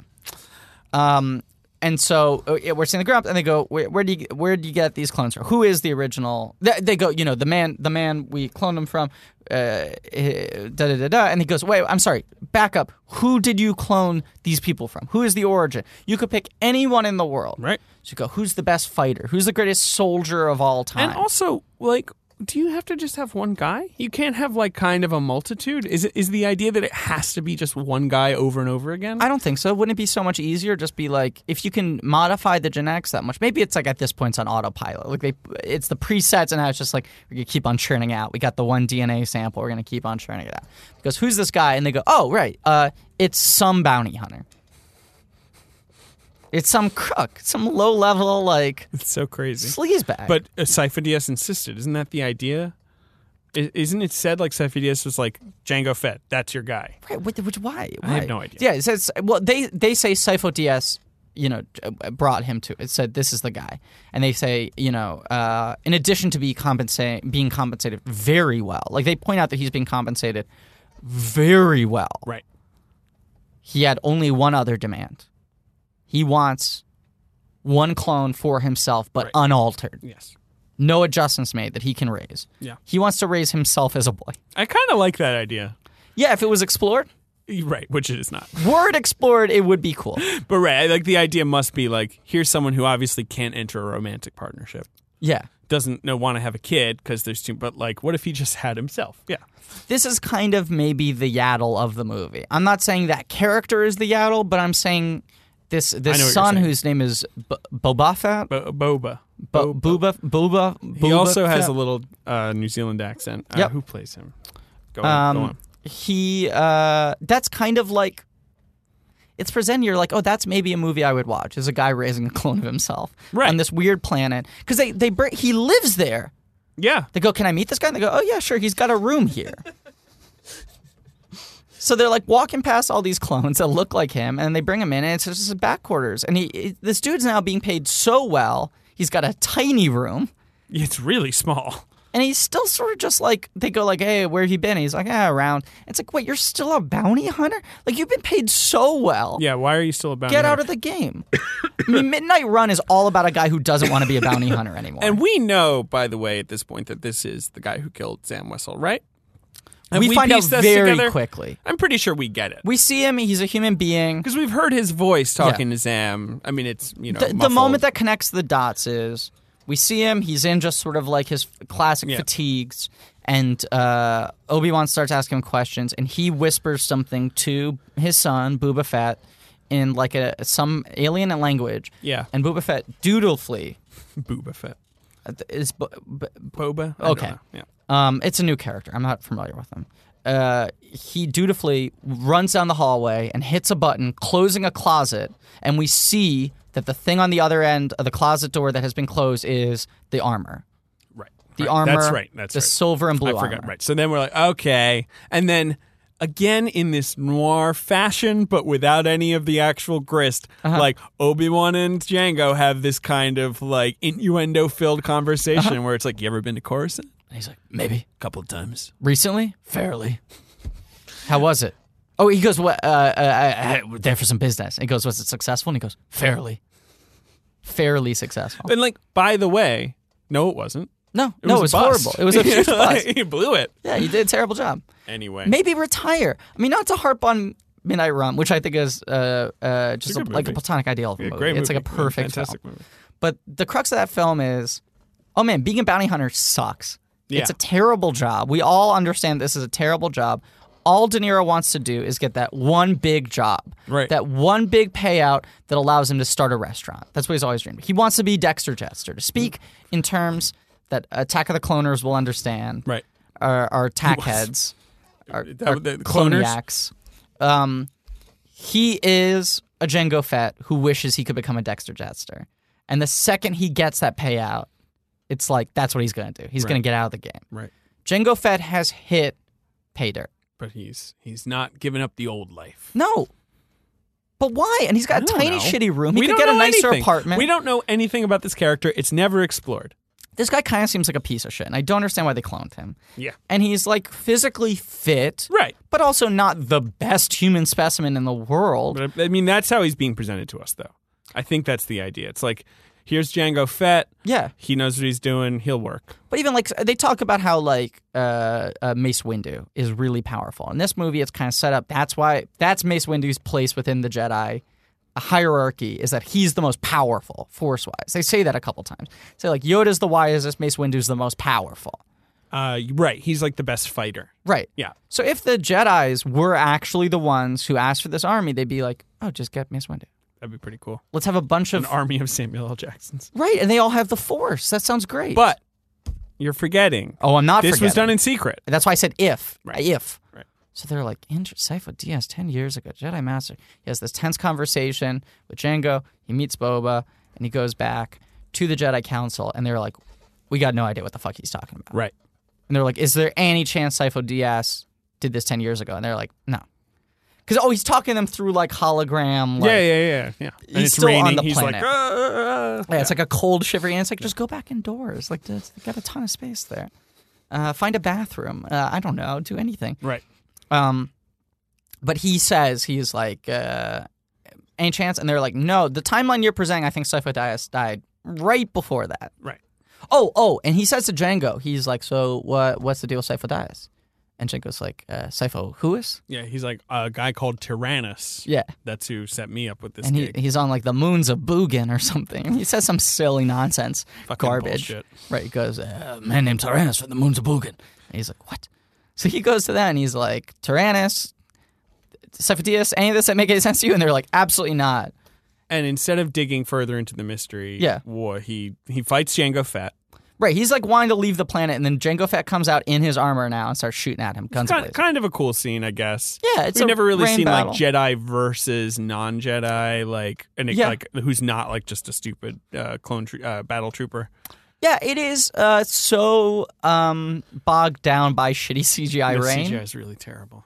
Um, and so uh, yeah, we're seeing the grown up, and they go, where, "Where do you where do you get these clones from? Who is the original?" They, they go, "You know, the man, the man we cloned him from." Uh, eh, da da da da. And he goes, "Wait, I'm sorry. Back up. Who did you clone these people from? Who is the origin? You could pick anyone in the world, Right. So you go, who's the best fighter? Who's the greatest soldier of all time? And also, like, do you have to just have one guy? You can't have like kind of a multitude. Is it is the idea that it has to be just one guy over and over again? I don't think so. Wouldn't it be so much easier just be like if you can modify the genetics that much? Maybe it's like at this point it's on autopilot. Like they, it's the presets, and now it's just like we're gonna keep on churning out. We got the one DNA sample. We're gonna keep on churning it out. Because who's this guy? And they go, oh right, uh, it's some bounty hunter. It's some crook, some low level like it's so crazy. sleazebag. But uh, Sifo-Dyas insisted. Isn't that the idea? I- isn't it said like Sifo-Dyas was like Django Fett? That's your guy. Right, which, which why? I have Why? no idea. Yeah, it says well they they say Sifo Ds, you know, uh, brought him to it. Said this is the guy, and they say you know, uh, in addition to be compensa- being compensated very well, like they point out that he's being compensated very well. Right. He had only one other demand. He wants one clone for himself, but Right. unaltered, Yes. no adjustments made that he can raise. Yeah. He wants to raise himself as a boy. I kind of like that idea. Yeah, if it was explored, You're Right, which it is not. were it explored, it would be cool. But right, I like the idea must be like here's someone who obviously can't enter a romantic partnership. Yeah. Doesn't know, want to have a kid because there's too. But like, what if he just had himself? Yeah. this is kind of maybe the yaddle of the movie. I'm not saying that character is the yaddle, but I'm saying this what you're this son saying. whose name is B- Boba Fett, Bo- Boba. Bo- Booba, Booba, Booba. He also has Fett. a little uh, New Zealand accent. Uh, Yep. Who plays him? Go on. go Um, on. he uh, that's kind of like it's presented. You're like, oh, that's maybe a movie I would watch. Is a guy raising a clone of himself Right. on this weird planet because they they bring, he lives there. Yeah. They go, can I meet this guy? And they go, oh yeah, sure. He's got a room here. So they're like walking past all these clones that look like him, and they bring him in, and it's just his back quarters. And he, he- this dude's now being paid so well. He's got a tiny room, It's really small. and he's still sort of just like they go like, "Hey, where have you been?" he's like, "Ah, around." It's like, wait, you're still a bounty hunter? Like you've been paid so well. Yeah, why are you still about? Get out of the game. I mean, Midnight Run is all about a guy who doesn't want to be a bounty hunter anymore. And we know, by the way, at this point that this is the guy who killed Sam Wessel, right? Have we, find out pieced this very together? quickly. I'm pretty sure we get it We see him; he's a human being. because we've heard his voice talking to Sam. I mean, it's you know the, the muffled. moment that connects the dots is we see him. He's in just sort of like his classic fatigues, and uh, Obi Wan starts asking him questions, and he whispers something to his son Booba Fett in like a some alien language. Yeah. and Booba Fett dutifully Booba Fett, uh, is bu- bu- Boba. I don't Okay. know. yeah. um, it's a new character. I'm not familiar with him. Uh, he dutifully runs down the hallway and hits a button, closing a closet, and we see that the thing on the other end of the closet door that has been closed is the armor. Right. The right. armor. That's right. That's the right. silver and blue I forgot. armor. Right. So then we're like, okay, and then again in this noir fashion, but without any of the actual grist. Uh-huh. Like Obi Wan and Django have this kind of like innuendo filled conversation Uh-huh. where it's like, you ever been to Coruscant? And he's like, maybe A couple of times. recently, fairly. How was it? Oh, he goes, what? Uh, uh, uh, there for some business. He goes, was it successful? And he goes, fairly, fairly successful. And like, by the way, no, it wasn't. No, It no, was it was a bust. horrible. It was a huge bust. he blew it. Yeah, you did a terrible job. Anyway, maybe retire. I mean, not to harp on Midnight Run, which I think is uh, uh, just a, good like a movie. platonic ideal of a Yeah, movie. great it's like a movie. perfect Fantastic film. movie. But the crux of that film is, oh man, being a bounty hunter sucks. It's a Yeah. terrible job. We all understand this is a terrible job. All De Niro wants to do is get that one big job, Right. that one big payout that allows him to start a restaurant. That's what he's always dreamed. He wants to be Dexter Jester, to speak Mm. in terms that Attack of the Cloners will understand right. are, are tack heads, are, That- are the cloners? cloniacs. Um, he is a Django Fett who wishes he could become a Dexter Jetster. And the second he gets that payout, it's like that's what he's going to do. He's going to get out of the game. Right. Django Fett has hit pay dirt. But he's he's not giving up the old life. No. But why? And he's got a don't tiny know. shitty room. He we could don't get a know nicer anything. apartment. We don't know anything about this character. It's never explored. This guy kind of seems like a piece of shit, and I don't understand why they cloned him. Yeah. And he's like physically fit. Right. but also not the best human specimen in the world. But I I mean, that's how he's being presented to us, though. I think that's the idea. It's like, here's Django Fett. Yeah, He knows what he's doing. He'll work. but even like they talk about how like uh, uh, Mace Windu is really powerful in this movie. It's kind of set up. That's why that's Mace Windu's place within the Jedi hierarchy is that he's the most powerful force wise. They say that a couple times. Say like Yoda's the wisest, Mace Windu's the most powerful. Uh, right. He's like the best fighter. Right. Yeah. So if the Jedi's were actually the ones who asked for this army, they'd be like, oh, just get Mace Windu. That'd be pretty cool. Let's have a bunch An of army of Samuel L. Jacksons. right, and they all have the force. That sounds great. But you're forgetting. oh, I'm not. this was forgetting. done in secret. That's why I said if. Right. If. Right. So they're like, Inter- Sifo Diaz, 10 years ago, Jedi Master. He has this tense conversation with Django. He meets Boba, and he goes back to the Jedi Council, and they're like, we got no idea what the fuck he's talking about. Right. And they're like, is there any chance Sifo Diaz did this 10 years ago? And they're like, no. Because, oh, he's talking them through like hologram. Like, yeah, yeah, yeah, yeah. And He's it's still on raining. the he's planet. like, "Ah, ah, ah." Yeah, it's like a cold shivery, and it's like just go back indoors. Like, there's- they got a ton of space there. Uh, find a bathroom. Uh, I don't know. Do anything. right. Um, but he says he's like, uh, any chance? And they're like, no. The timeline you're presenting, I think Sifo Dyas died right before that. Right. Oh, oh, and he says to Django, he's like, so what? What's the deal with Sifo Dyas? And Django's like, uh, Sifo, who is? Yeah, he's like a guy called Tyrannus. Yeah. That's who set me up with this And he, gig. he's on like the moons of Bugin or something. He says some silly nonsense, Fucking garbage. bullshit. Right? He goes, uh, a "Man named Tyrannus from the moons of Bugin." And he's like, "What?" So he goes to that and he's like, "Tyrannus, Cephadius, any of this that make any sense to you?" And they're like, "Absolutely not." And instead of digging further into the mystery, Yeah. wha- he he fights Django Fett. Right? He's like wanting to leave the planet, and then Jango Fett comes out in his armor now and starts shooting at him, guns Kind, blazing. kind of a cool scene, I guess. Yeah, it's we've a never really rain seen battle. like Jedi versus non-Jedi, like and it, Yeah. like who's not like just a stupid uh, clone tro- uh, battle trooper. Yeah, it is uh, so um, bogged down by shitty CGI The rain. CGI is really terrible.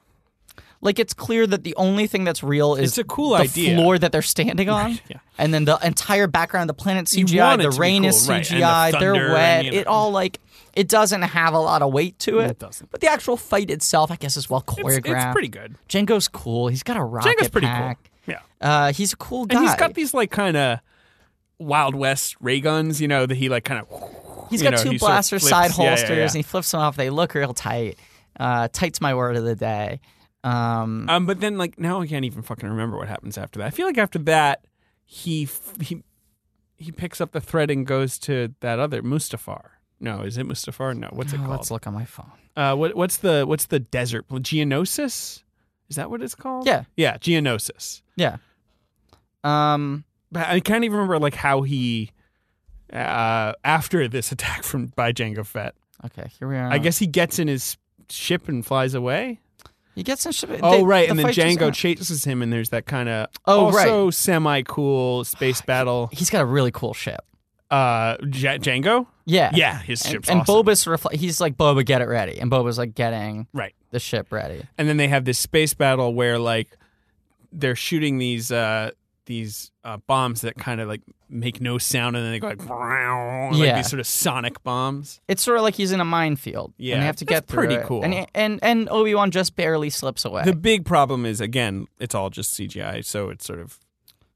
Like it's clear that the only thing that's real is It's a cool the idea. floor that they're standing on, yeah. and then the entire background, the planet You CGI, want it the to be rain cool, is right, and the CGI, they're thunder wet. and, you know. It all like it doesn't have a lot of weight to it. doesn't. But the actual fight itself, I guess, is well It's, choreographed. it's pretty good. Django's cool. He's got a rocket Django's pretty pack. cool. Yeah. Uh, he's a cool guy. And he's got these like kind of Wild West ray guns, you know, that he like kind of. He's you got know, two he sort of blaster flips- side yeah, yeah, holsters, yeah. and he flips them off. They look real tight. Uh, tight's my word of the day. Um, Um, but then like now I can't even fucking remember what happens after that. I feel like after that he f- he he picks up the thread and goes to that other Mustafar. No, is it Mustafar? No, what's it oh, called? let's look on my phone. Uh, what, what's the what's the desert? pl- Geonosis? Is that what it's called? Yeah. yeah, Geonosis. Yeah. Um. But I can't even remember like how he uh, after this attack from by Django Fett. Okay. Here we are. I guess he gets in his ship and flies away. you get some. shit- Oh they- right, the and then fight just- Django chases him, and there's that kind of Oh, also semi cool space battle. He's got a really cool ship. Uh, J- Django, Yeah. yeah, his And, ship's and awesome. Boba's refl- he's like Boba, get it ready, and Boba's like getting Right. the ship ready. and then they have this space battle where like they're shooting these uh these uh, bombs that kind of like make no sound, and then they go like, "Brow," like Yeah. these sort of sonic bombs. It's sort of like he's in a minefield. and Yeah, they have to that's get through pretty it. cool. And and and Obi Wan just barely slips away. The big problem is again, it's all just CGI, so it's sort of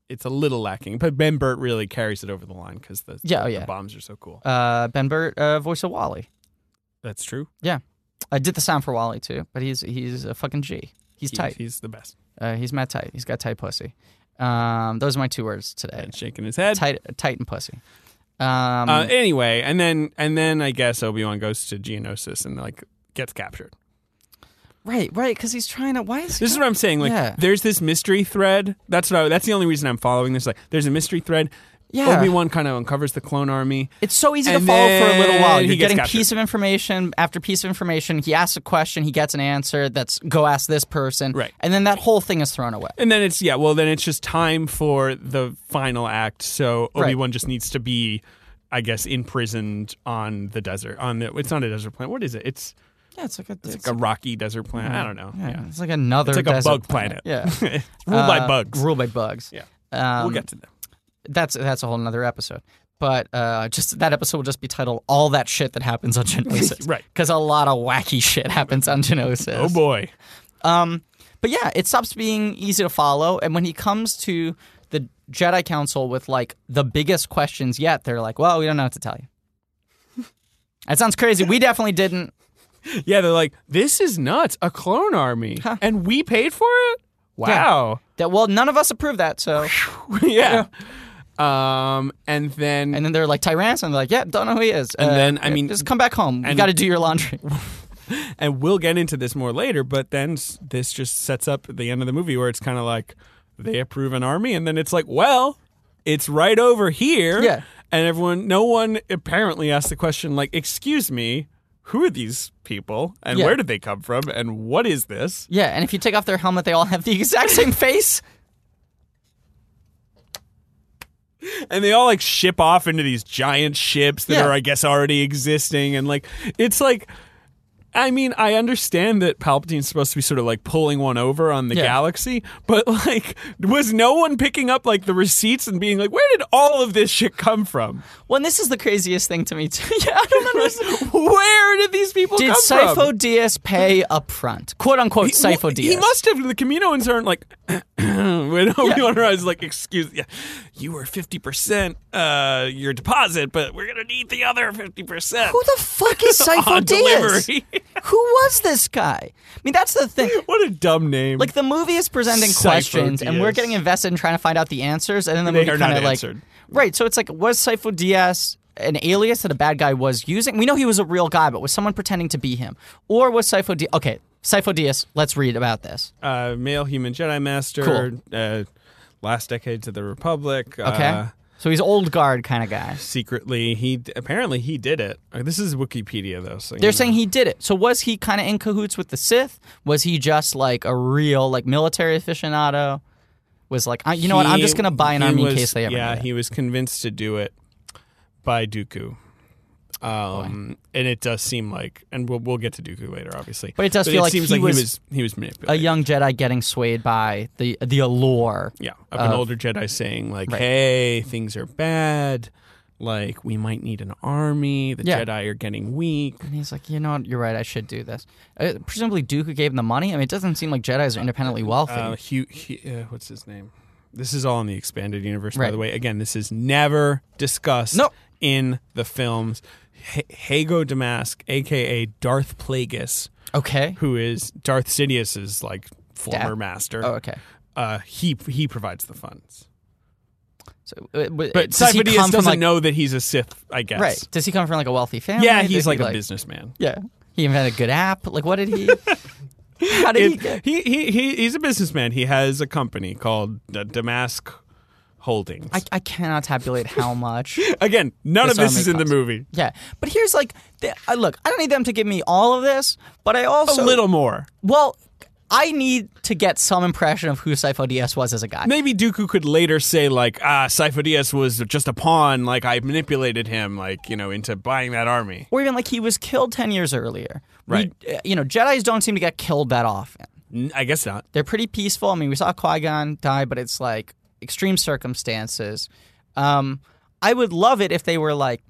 it's a little lacking. But Ben Burt really carries it over the line because the, Yeah, oh, the, yeah. bombs are so cool. uh, ben Burt, uh, voice of Wally. That's true. I did the sound for Wally too, but he's he's a fucking G. He's He- tight. He's the best. Uh, he's mad tight. He's got tight pussy. Um, those are my two words today. And shaking his head. Tight, tight and pussy. Um, Uh, anyway, and then and then I guess Obi Wan goes to Geonosis and like gets captured. right, right, because he's trying to. Why is This is what I'm saying. Like, Yeah. there's this mystery thread. That's what I, that's the only reason I'm following this. Like, there's a mystery thread. Yeah. Obi Wan kind of uncovers the clone army. It's so easy to And follow for a little while. then he You're gets getting captured. piece of information after piece of information. He asks a question, he gets an answer. That's go ask this person, Right. And then that whole thing is thrown away. And then it's yeah, well then it's just time for the final act. So Right. Obi Wan just needs to be, I guess, imprisoned on the desert. On the it's not a desert planet. What is it? It's, Yeah, it's like a, it's it's like a rocky desert planet. I don't know. yeah, it's like another It's like a desert bug Yeah, It's ruled by Uh, bugs. Ruled by bugs. Yeah. um, we'll get to them. that's that's a whole another episode. But uh, just that episode will just be titled "All That Shit That Happens on Genosis," Right. Because a lot of wacky shit happens on Genosis. Oh boy. Um, but yeah, it stops being easy to follow. And when he comes to the Jedi Council with like the biggest questions yet, they're like, "Well, we don't know what to tell you." that sounds crazy. We definitely didn't. Yeah, they're like, this is nuts. A clone army. And we paid for it? Wow. That well, none of us approved that. So, Yeah. Um, and then and then they're like Tyrants, and they're like, "Yeah, don't know who he is." Uh, And then, I yeah, mean- just come back home. You and- got to do your laundry. and we'll get into this more later, but then s- this just sets up the end of the movie where it's kind of like they approve an army and then it's like, well, it's right over here. Yeah. And everyone no one apparently asked the question like, "Excuse me, who are these people and Yeah. where did they come from and what is this?" Yeah, and if you take off their helmet, they all have the exact same face. and they all like ship off into these giant ships that Yeah. are i guess already existing and like it's like i mean i understand that palpatine's supposed to be sort of like pulling one over on the Yeah. galaxy but like was no one picking up like the receipts and being like where did all of this shit come from Well, and this is the craziest thing to me too. yeah, I don't understand. where did these people Did come Sifo from Diaz pay up front? Quote unquote Sifo he Diaz. must have. The Caminoans aren't like when Obi Wan arrives, like, excuse, yeah, you were fifty percent uh, your deposit, but we're gonna need the other fifty percent. Who the fuck is Sifo On Diaz? delivery. Who was this guy? I mean, that's the thing. What a dumb name. Like the movie is presenting Sifo questions, and we're Dyas. getting invested in trying to find out the answers, and then the They movie are not kind of like answered. right. So it's like, was Sifo Diaz an alias that a bad guy was using? We know he was a real guy, but was someone pretending to be him, or was Sifo Diaz? Okay, Sifo Diaz. Let's read about this. uh, male human Jedi Master, uh, last decade to the Republic. Okay, Uh, so he's old guard kind of guy. secretly, he d- apparently he did it. Uh, this is Wikipedia though, so you They're know. saying he did it. So was he kind of in cahoots with the Sith? Was he just like a real like military aficionado? Was like, I, you know what? I'm He- just gonna buy an he army in was- case they ever. Yeah, need it. he was convinced to do it by Dooku. Um, and it does seem like, and we'll, we'll get to Dooku later, obviously. But it does feel like seems he like was he was he was a manipulated. young Jedi getting swayed by the the allure. yeah, of an older Jedi saying like, "Hey, things are bad. Like, we might need an army. The Yeah. Jedi are getting weak." And he's like, you know what? You're right. I should do this. Uh, presumably, Dooku gave him the money. I mean, it doesn't seem like Jedi's are independently wealthy. Uh, Hugh, Hugh- uh, what's his name? This is all in the expanded universe, by Right. the way. Again, this is never discussed No. in the films. H- Hago Damask, aka Darth Plagueis, okay. who is Darth Sidious's like former Dad. master. Oh, okay. Uh, he he provides the funds, So, uh, but, but does he come Sidious doesn't from like know that he's a Sith. I guess. right? Does he come from like a wealthy family? Yeah, Does he's he, like, a businessman. Yeah, he invented a good app. Like, what did he? how did he It, get? he, he he he's a businessman. He has a company called D- Damask Holdings. I, I cannot tabulate how much. Again, none This of this only is in the costs- movie. Yeah, but here's like, the, I look, I don't need them to give me all of this, but I also a little more. Well, I need to get some impression of who Sifo Dyas was as a guy. Maybe Dooku could later say like, ah, Sifo Dyas was just a pawn. Like I manipulated him, like you know, into buying that army. or even like he was killed 10 years earlier. We- Right. uh, you know, Jedi's don't seem to get killed that often. N- I guess not. They're pretty peaceful. I mean, we saw Qui Gon die, but it's like extreme circumstances. Um, I would love it if they were like,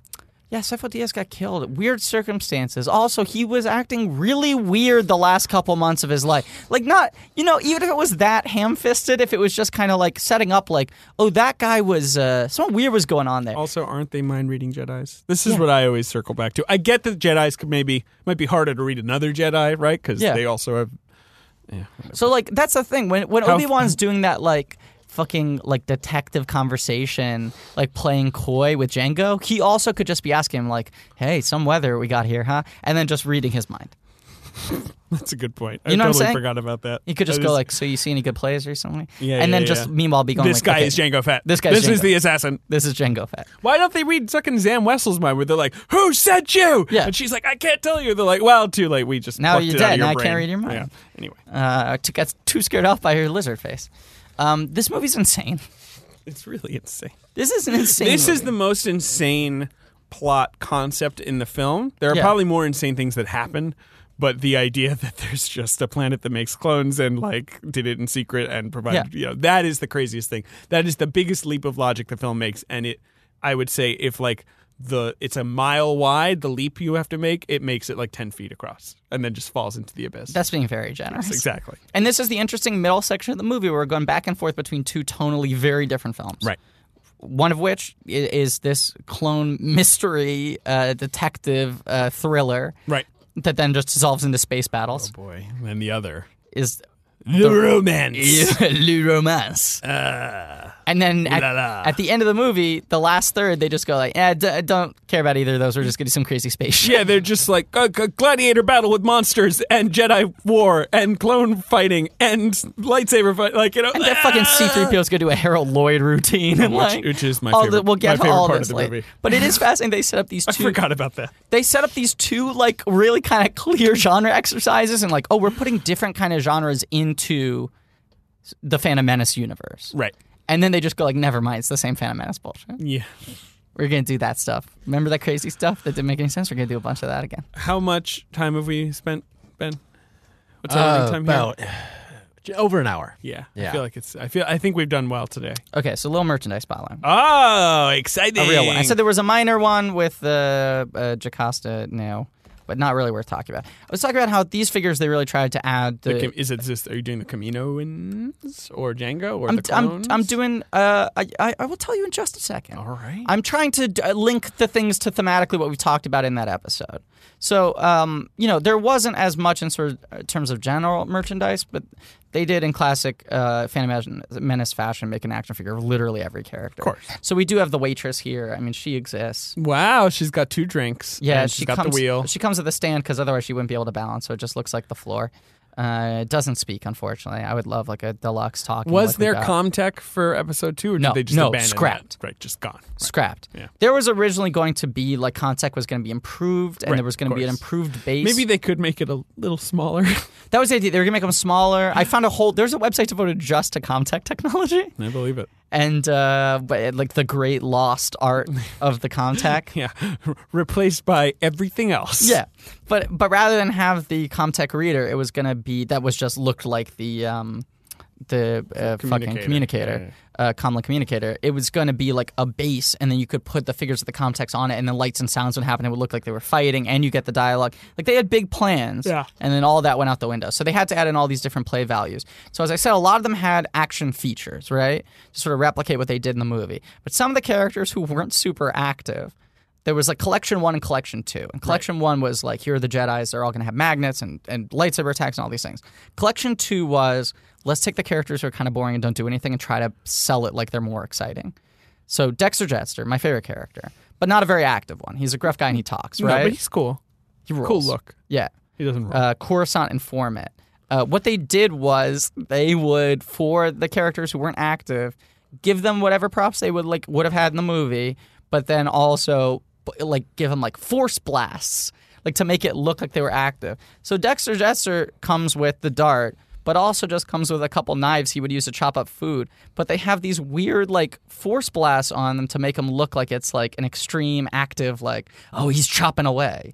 yeah, Sifo Dyas got killed. Weird circumstances. Also, he was acting really weird the last couple months of his life. Like, not, you know, even if it was that ham fisted, if it was just kind of like setting up, like, oh, that guy was, uh, something weird was going on there. Also, aren't they mind reading Jedi's? This is what I always circle back to. I get that Jedi's could maybe might be harder to read another Jedi, right? Because Yeah. they also have So like that's the thing when when How- uh-huh. Obi Wan's doing that like fucking like detective conversation, like playing coy with Django, he also could just be asking him like, "Hey, some weather we got here, huh?" And then just reading his mind. That's a good point. I You know what I'm totally saying? forgot about that. He could just I go was- like, "So you see any good plays recently?" Yeah, and yeah, then just yeah. meanwhile be going "This like, guy okay, is Django Fett. This guy's this is Jango. the assassin." This is Django Fett. Why don't they read fucking Zam Wessel's mind where they're like, "Who sent you?" Yeah. and she's like, "I can't tell you." They're like, "Well, too late. We just Now plucked you're it out of dead. your Now I brain." can't read your mind. Yeah. Anyway, Uh, to get too scared off by your lizard face. Um, this movie's insane. it's really insane. This is an insane. This is movie. the most insane plot concept in the film. There are Yeah. probably more insane things that happen, but the idea that there's just a planet that makes clones and like did it in secret and provided, you know, that is the craziest thing. That is the biggest leap of logic the film makes and it I would say if like the it's a mile wide the leap you have to make, it makes it like 10 feet across and then just falls into the abyss. that's being very generous. exactly. And this is the interesting middle section of the movie where we're going back and forth between two tonally very different films. Right. One of which i- is this clone mystery uh, detective uh, thriller Right. that then just dissolves into space battles. Boy, and the other. Is The, romance. Le Romance. and then at, Ah. la la. at the end of the movie, the last third, they just go like, eh, d- I don't care about either of those. We're just getting some crazy space shit. Yeah, they're just like a, a gladiator battle with monsters and Jedi war and clone fighting and lightsaber fight. Like you know, ah, That fucking C-3PO's gonna do a Harold Lloyd routine and Which- like, which is my all favorite- The, we'll my get to favorite all part of this the later. movie. But it is fascinating. They set up these I two forgot about that. they set up these two like really kind of clear genre exercises and like oh we're putting different kind of genres into the Phantom Menace universe. Right. And then they just go like never mind it's the same Phantom Menace bullshit. Yeah. We're going to do that stuff. Remember that crazy stuff that didn't make any sense? We're going to do a bunch of that again. How much time have we spent, Ben? What's our Uh, running time about over an hour. here? Yeah. I Yeah. feel like it's. I feel. I think we've done well today. Okay, so little merchandise spotlight. Oh, exciting! a real one. I said there was a minor one with uh, uh, Jocasta now, but not really worth talking about. I was talking about how these figures they really tried to add the. The Cam- is it this? Are you doing the Caminoans or Django or I'm, the I'm, clones? I'm doing. Uh, I, I I will tell you in just a second. All right. I'm trying to d- uh, link the things to thematically what we talked about in that episode. So, um, you know, there wasn't as much in sort of uh, terms of general merchandise, but they did in classic uh, Phantom Menace- Menace fashion make an action figure of literally every character. Of course. So we do have the waitress here. I mean, she exists. wow, she's got two drinks. Yeah, and she she's got comes, the wheel. She comes at the stand because otherwise she wouldn't be able to balance, so it just looks like the floor. Uh, it doesn't speak, unfortunately. I would love like a deluxe talking. Was like we there got. Comtech for episode two, or No, did they just no, abandon that? scrapped. Right, just gone. scrapped? Yeah. There was originally going to be like contact was going to be improved, and Right, there was going to of be an course. improved base. Maybe they could make it a little smaller. that was the idea. They were going to make them smaller. I found a whole. There's a website devoted just to Comtech technology. I believe it. and uh, but like the great lost art of the Comtech. Yeah, replaced by everything else. yeah, but but rather than have the Comtech reader, it was gonna be that was just looked like the um, the uh, fucking communicator. communicator, uh, Comlink communicator. It was gonna be like a base, and then you could put the figures of the Comtex on it, and then lights and sounds would happen. It would look like they were fighting, and you get the dialogue. Like they had big plans, Yeah. and then all that went out the window. So they had to add in all these different play values. So as I said, a lot of them had action features, right, to sort of replicate what they did in the movie. But some of the characters who weren't super active, there was like collection one and collection two. And collection one was like, here are the Jedi's, they're all going to have magnets and, and lightsaber attacks and all these things. Collection two was, let's take the characters who are kind of boring and don't do anything and try to sell it like they're more exciting. So Dexter Jetster, my favorite character, but not a very active one. He's a gruff guy and he talks, No, right? but he's cool. he rules. Cool look. Yeah He doesn't roll. uh, Coruscant informant. Uh, what they did was they would, for the characters who weren't active, give them whatever props they would like would have had in the movie, but then also b- like give them like force blasts, like to make it look like they were active. So Dexter Jester comes with the dart, but also just comes with a couple knives he would use to chop up food. But they have these weird like force blasts on them to make them look like it's like an extreme active like oh he's chopping away.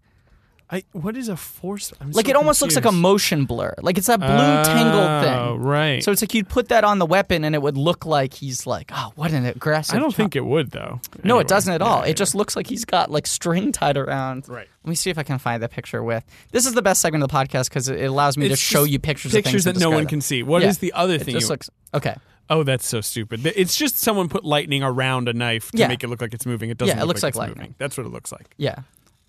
I, what is a force? I'm Like so it almost looks like a confused. motion blur. Like it's that blue Oh, tangled thing. right. So it's like you'd put that on the weapon and it would look like he's like, oh, what an aggressive. I don't chop." think it would though. No, Anyway. it doesn't at Yeah, all. yeah. It just looks like he's got like string tied around. Right. Let me see if I can find the picture with. This is the best segment of the podcast because it allows me to It's show just you pictures, of pictures things that and no describe one them. can see. What is Yeah. the other It thing? just you- looks okay. oh, that's so stupid. Th- It's just someone put lightning around a knife to Yeah. make it look like it's moving. It doesn't. Yeah, it look looks like, like it's lightning. Moving. That's what it looks like. Yeah,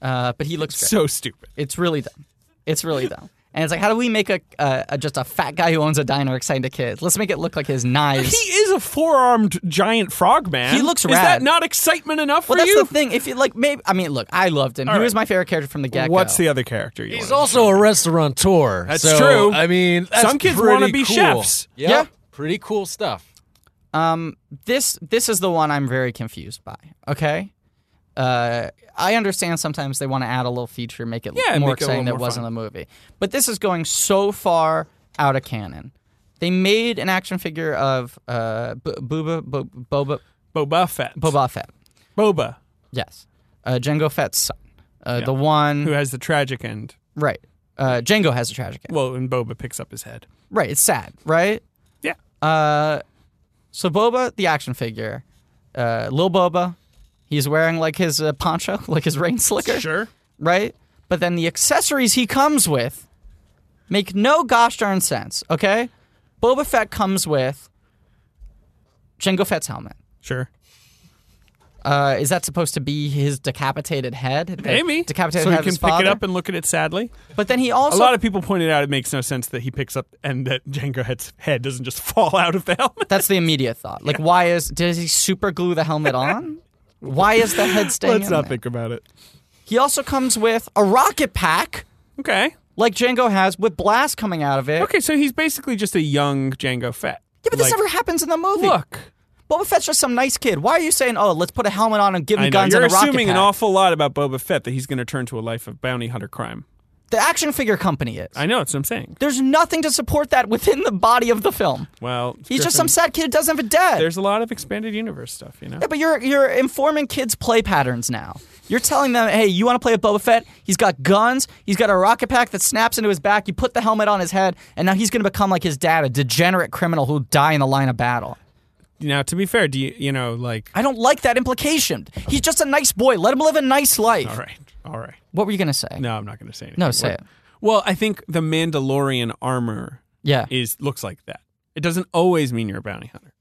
uh, but he looks great. So stupid. It's really dumb. It's really dumb. And it's like, how do we make a, a, a just a fat guy who owns a diner excited to kids? Let's make it look like his He knives. is a four-armed giant frog man. He looks Is rad. that not excitement enough well, for that's you? the thing. If you like, maybe I mean, look, I loved him. he right. was my favorite character from the get go. What's the other character? You He's wanted? also a restaurateur. That's so, true. I mean, that's Some kids want wanna to be chefs. Yeah. pretty cool stuff. Um, this this is the one I'm very confused by. Okay, uh, I understand sometimes they want to add a little feature, make it Yeah, more make it a exciting that little it more was in the fun. movie, but this is going so far out of canon. They made an action figure of uh, B- Booba, Bo- Boba, Boba Fett. Boba Fett. Boba, Yes, uh, Jango Fett's son, uh, Yeah. the one who has the tragic end. right. Uh, Django has a tragic end. Well, and Boba picks up his head. Right, it's sad, right? Yeah. Uh, so Boba, the action figure, uh, Lil Boba, he's wearing like his uh, poncho, like his rain slicker, Sure. right? But then the accessories he comes with make no gosh darn sense. Okay, Boba Fett comes with Jango Fett's helmet. Sure. Uh, is that supposed to be his decapitated head? The Maybe. decapitated so head he of can his pick it father? up and look at it sadly. But then he A also lot of people pointed out it makes no sense that he picks up and that Django Head's head doesn't just fall out of the helmet. That's the immediate thought. Like, why is does he super glue the helmet on? Why is the head staying? Let's in not there? think about it. He also comes with a rocket pack, Okay. like Django has, with blast coming out of it. Okay, so he's basically just a young Django Fett. Yeah, but this Like, never happens in the movie. Look, Boba Fett's just some nice kid. Why are you saying, "Oh, let's put a helmet on and give I him know. guns you're and a rocket assuming pack"? an awful lot about Boba Fett that he's going to turn to a life of bounty hunter crime. the action figure company is. I know, that's what I'm saying. There's nothing to support that within the body of the film. Well, He's just some Griffin, sad kid who doesn't have a dad. There's a lot of expanded universe stuff, you know. Yeah, but you're you're informing kids play patterns now. You're telling them, hey, you want to play with Boba Fett? He's got guns. He's got a rocket pack that snaps into his back. You put the helmet on his head, and now he's going to become like his dad, a degenerate criminal who'll die in the line of battle. Now, to be fair, do you, you know, like, I don't like that implication. He's just a nice boy. Let him live a nice life. all right, all right. What were you going to say? No, I'm not going to say anything. No, say What- it. Well, I think the Mandalorian armor Yeah. is looks like that. It doesn't always mean you're a bounty hunter.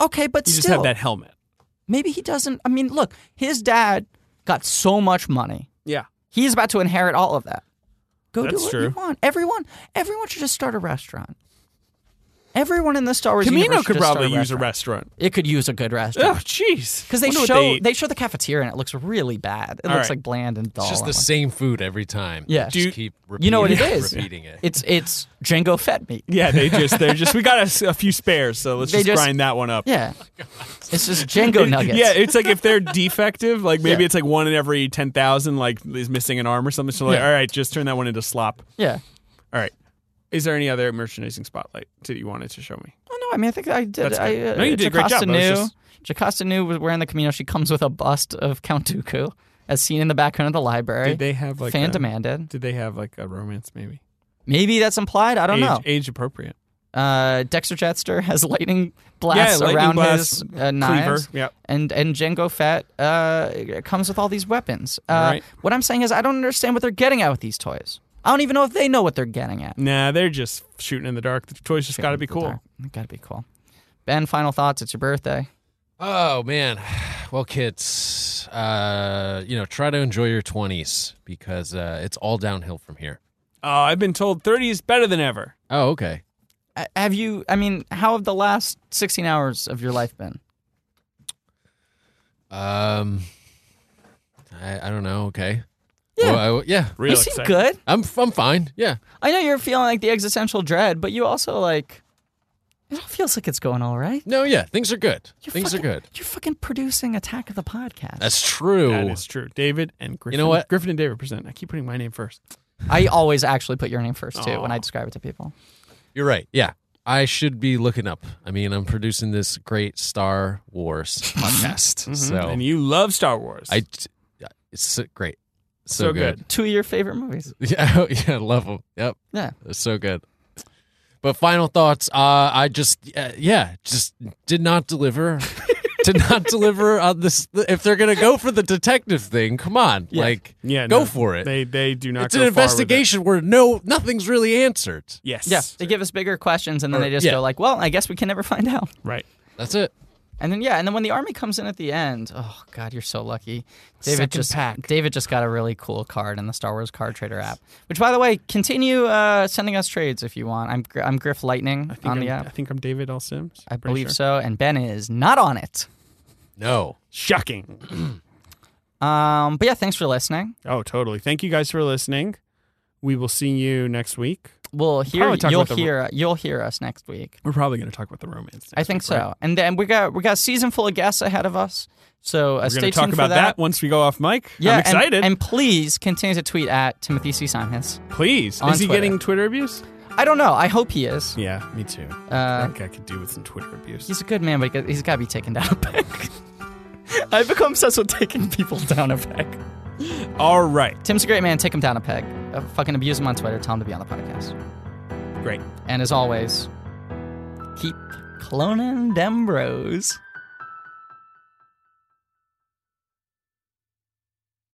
Okay, but You still, just have that helmet. maybe he doesn't. I mean, look, his dad got so much money. Yeah. He's about to inherit all of that. Go do That's what you true. want. Everyone, everyone should just start a restaurant. Everyone in the Star Wars Camino universe could just start probably use a restaurant. restaurant. It could use a good Oh, restaurant jeez. because they Wonder what show they, eat. show the cafeteria and it looks really bad. It All looks right. like bland and dull. It's just I'm the like, same food every time. Yeah. Just Do- keep repeating You know what it it is? Repeating it. It's it's Django fed meat. Yeah, they just they're just we got a s- a, few spares, so let's They just, just- grind that one up. Yeah, it's just Django nuggets. Oh Yeah, it's like if they're defective, like maybe Yeah. it's like one in every ten thousand, like is missing an arm or something. So like, Yeah. all right, just turn that one into slop. yeah. All right. Is there any other merchandising spotlight that you wanted to show me? Oh, no, I mean I think I did. That's I, good. uh, No, you did a great Jocasta job. I was Knew, just- Jocasta knew was wearing the Camino. She comes with a bust of Count Dooku, as seen in the background of the library. Did they have like Fan a- demanded. Did they have like a romance maybe? Maybe that's implied. I don't age, know. Age appropriate. Uh, Dexter Jetster has lightning blasts Yeah, lightning around blasts, his uh, knives. Cleaver. Yeah. and and Jango Fett uh, comes with all these weapons. Uh, Right. What I'm saying is, I don't understand what they're getting at with these toys. I don't even know if they know what they're getting at. Nah, they're just shooting in the dark. The toys just got to be cool. Got to be cool. Ben, final thoughts. It's your birthday. Oh man. Well, kids, uh, you know, try to enjoy your 20s because uh, it's all downhill from here. Oh, I've been told 30 is better than ever. Oh, okay. Uh, Have you? I mean, how have the last 16 hours of your life been? Um, I, I don't know. Okay. Yeah. Well, I- yeah. Real you seem exciting. good. I'm I'm fine. Yeah. I know you're feeling like the existential dread, but you also like. It all feels like it's going all right. No. Yeah. Things are good. You're things fucking, are good. You're fucking producing Attack of the Podcast. That's true. That is true. David and Griffin. know what? Griffin and David present. I keep putting my name first. I always actually put your name first too when Aw. I describe it to people. You're right. Yeah. I should be looking up. I mean, I'm producing this great Star Wars Mm-hmm. podcast. So And you love Star Wars. Oh. I. yeah, It's so great. So, So good. Two of your favorite movies. Yeah. Yeah. Love them. Yep. Yeah. It's so good. But final thoughts. Uh, I just, uh, yeah, just did not deliver. did not deliver on this. If they're gonna go for the detective thing, come on, like, Yeah, go no, for it. They they do not. it's go an far with it. investigation where no, nothing's really answered. Yes. Yeah, they give us bigger questions, and then they just yeah. go like, "Well, I guess we can never find out." Right. That's it. And then yeah, and then when the army comes in at the end, oh god, you're so lucky. David Second just pack. David just got a really cool card in the Star Wars Card Trader app. Which, by the way, continue uh, sending us trades if you want. I'm Gr- I'm Griff Lightning I think on I'm, the I app. think I'm David L. Sims. I Pretty believe sure. so, and Ben is not on it. No. Shocking. Um, but yeah, thanks for listening. Oh, totally. Thank you guys for listening. We will see you next week. We'll hear Probably talk you'll about the- hear you'll hear us next week. We're probably going to talk about the romance. I think so. Uh, And then we got we got a season full of guests ahead of us. So uh, We're stay going tuned to talk for about that. that. once we go off mic. Yeah, I'm and- excited. And, please continue to tweet at Timothy C. Simons. Please. on Is he Twitter. getting Twitter abuse? I don't know. I hope he is. Yeah, me too. I Uh, think I could do with some Twitter abuse. he's a good man, but he- he's got to be taken down a peg. I've become obsessed with taking people down a peg. All right. Tim's a great man. Take him down a peg. Uh, fucking abuse him on Twitter. Tell him to be on the podcast. Great. And as always, keep cloning them bros.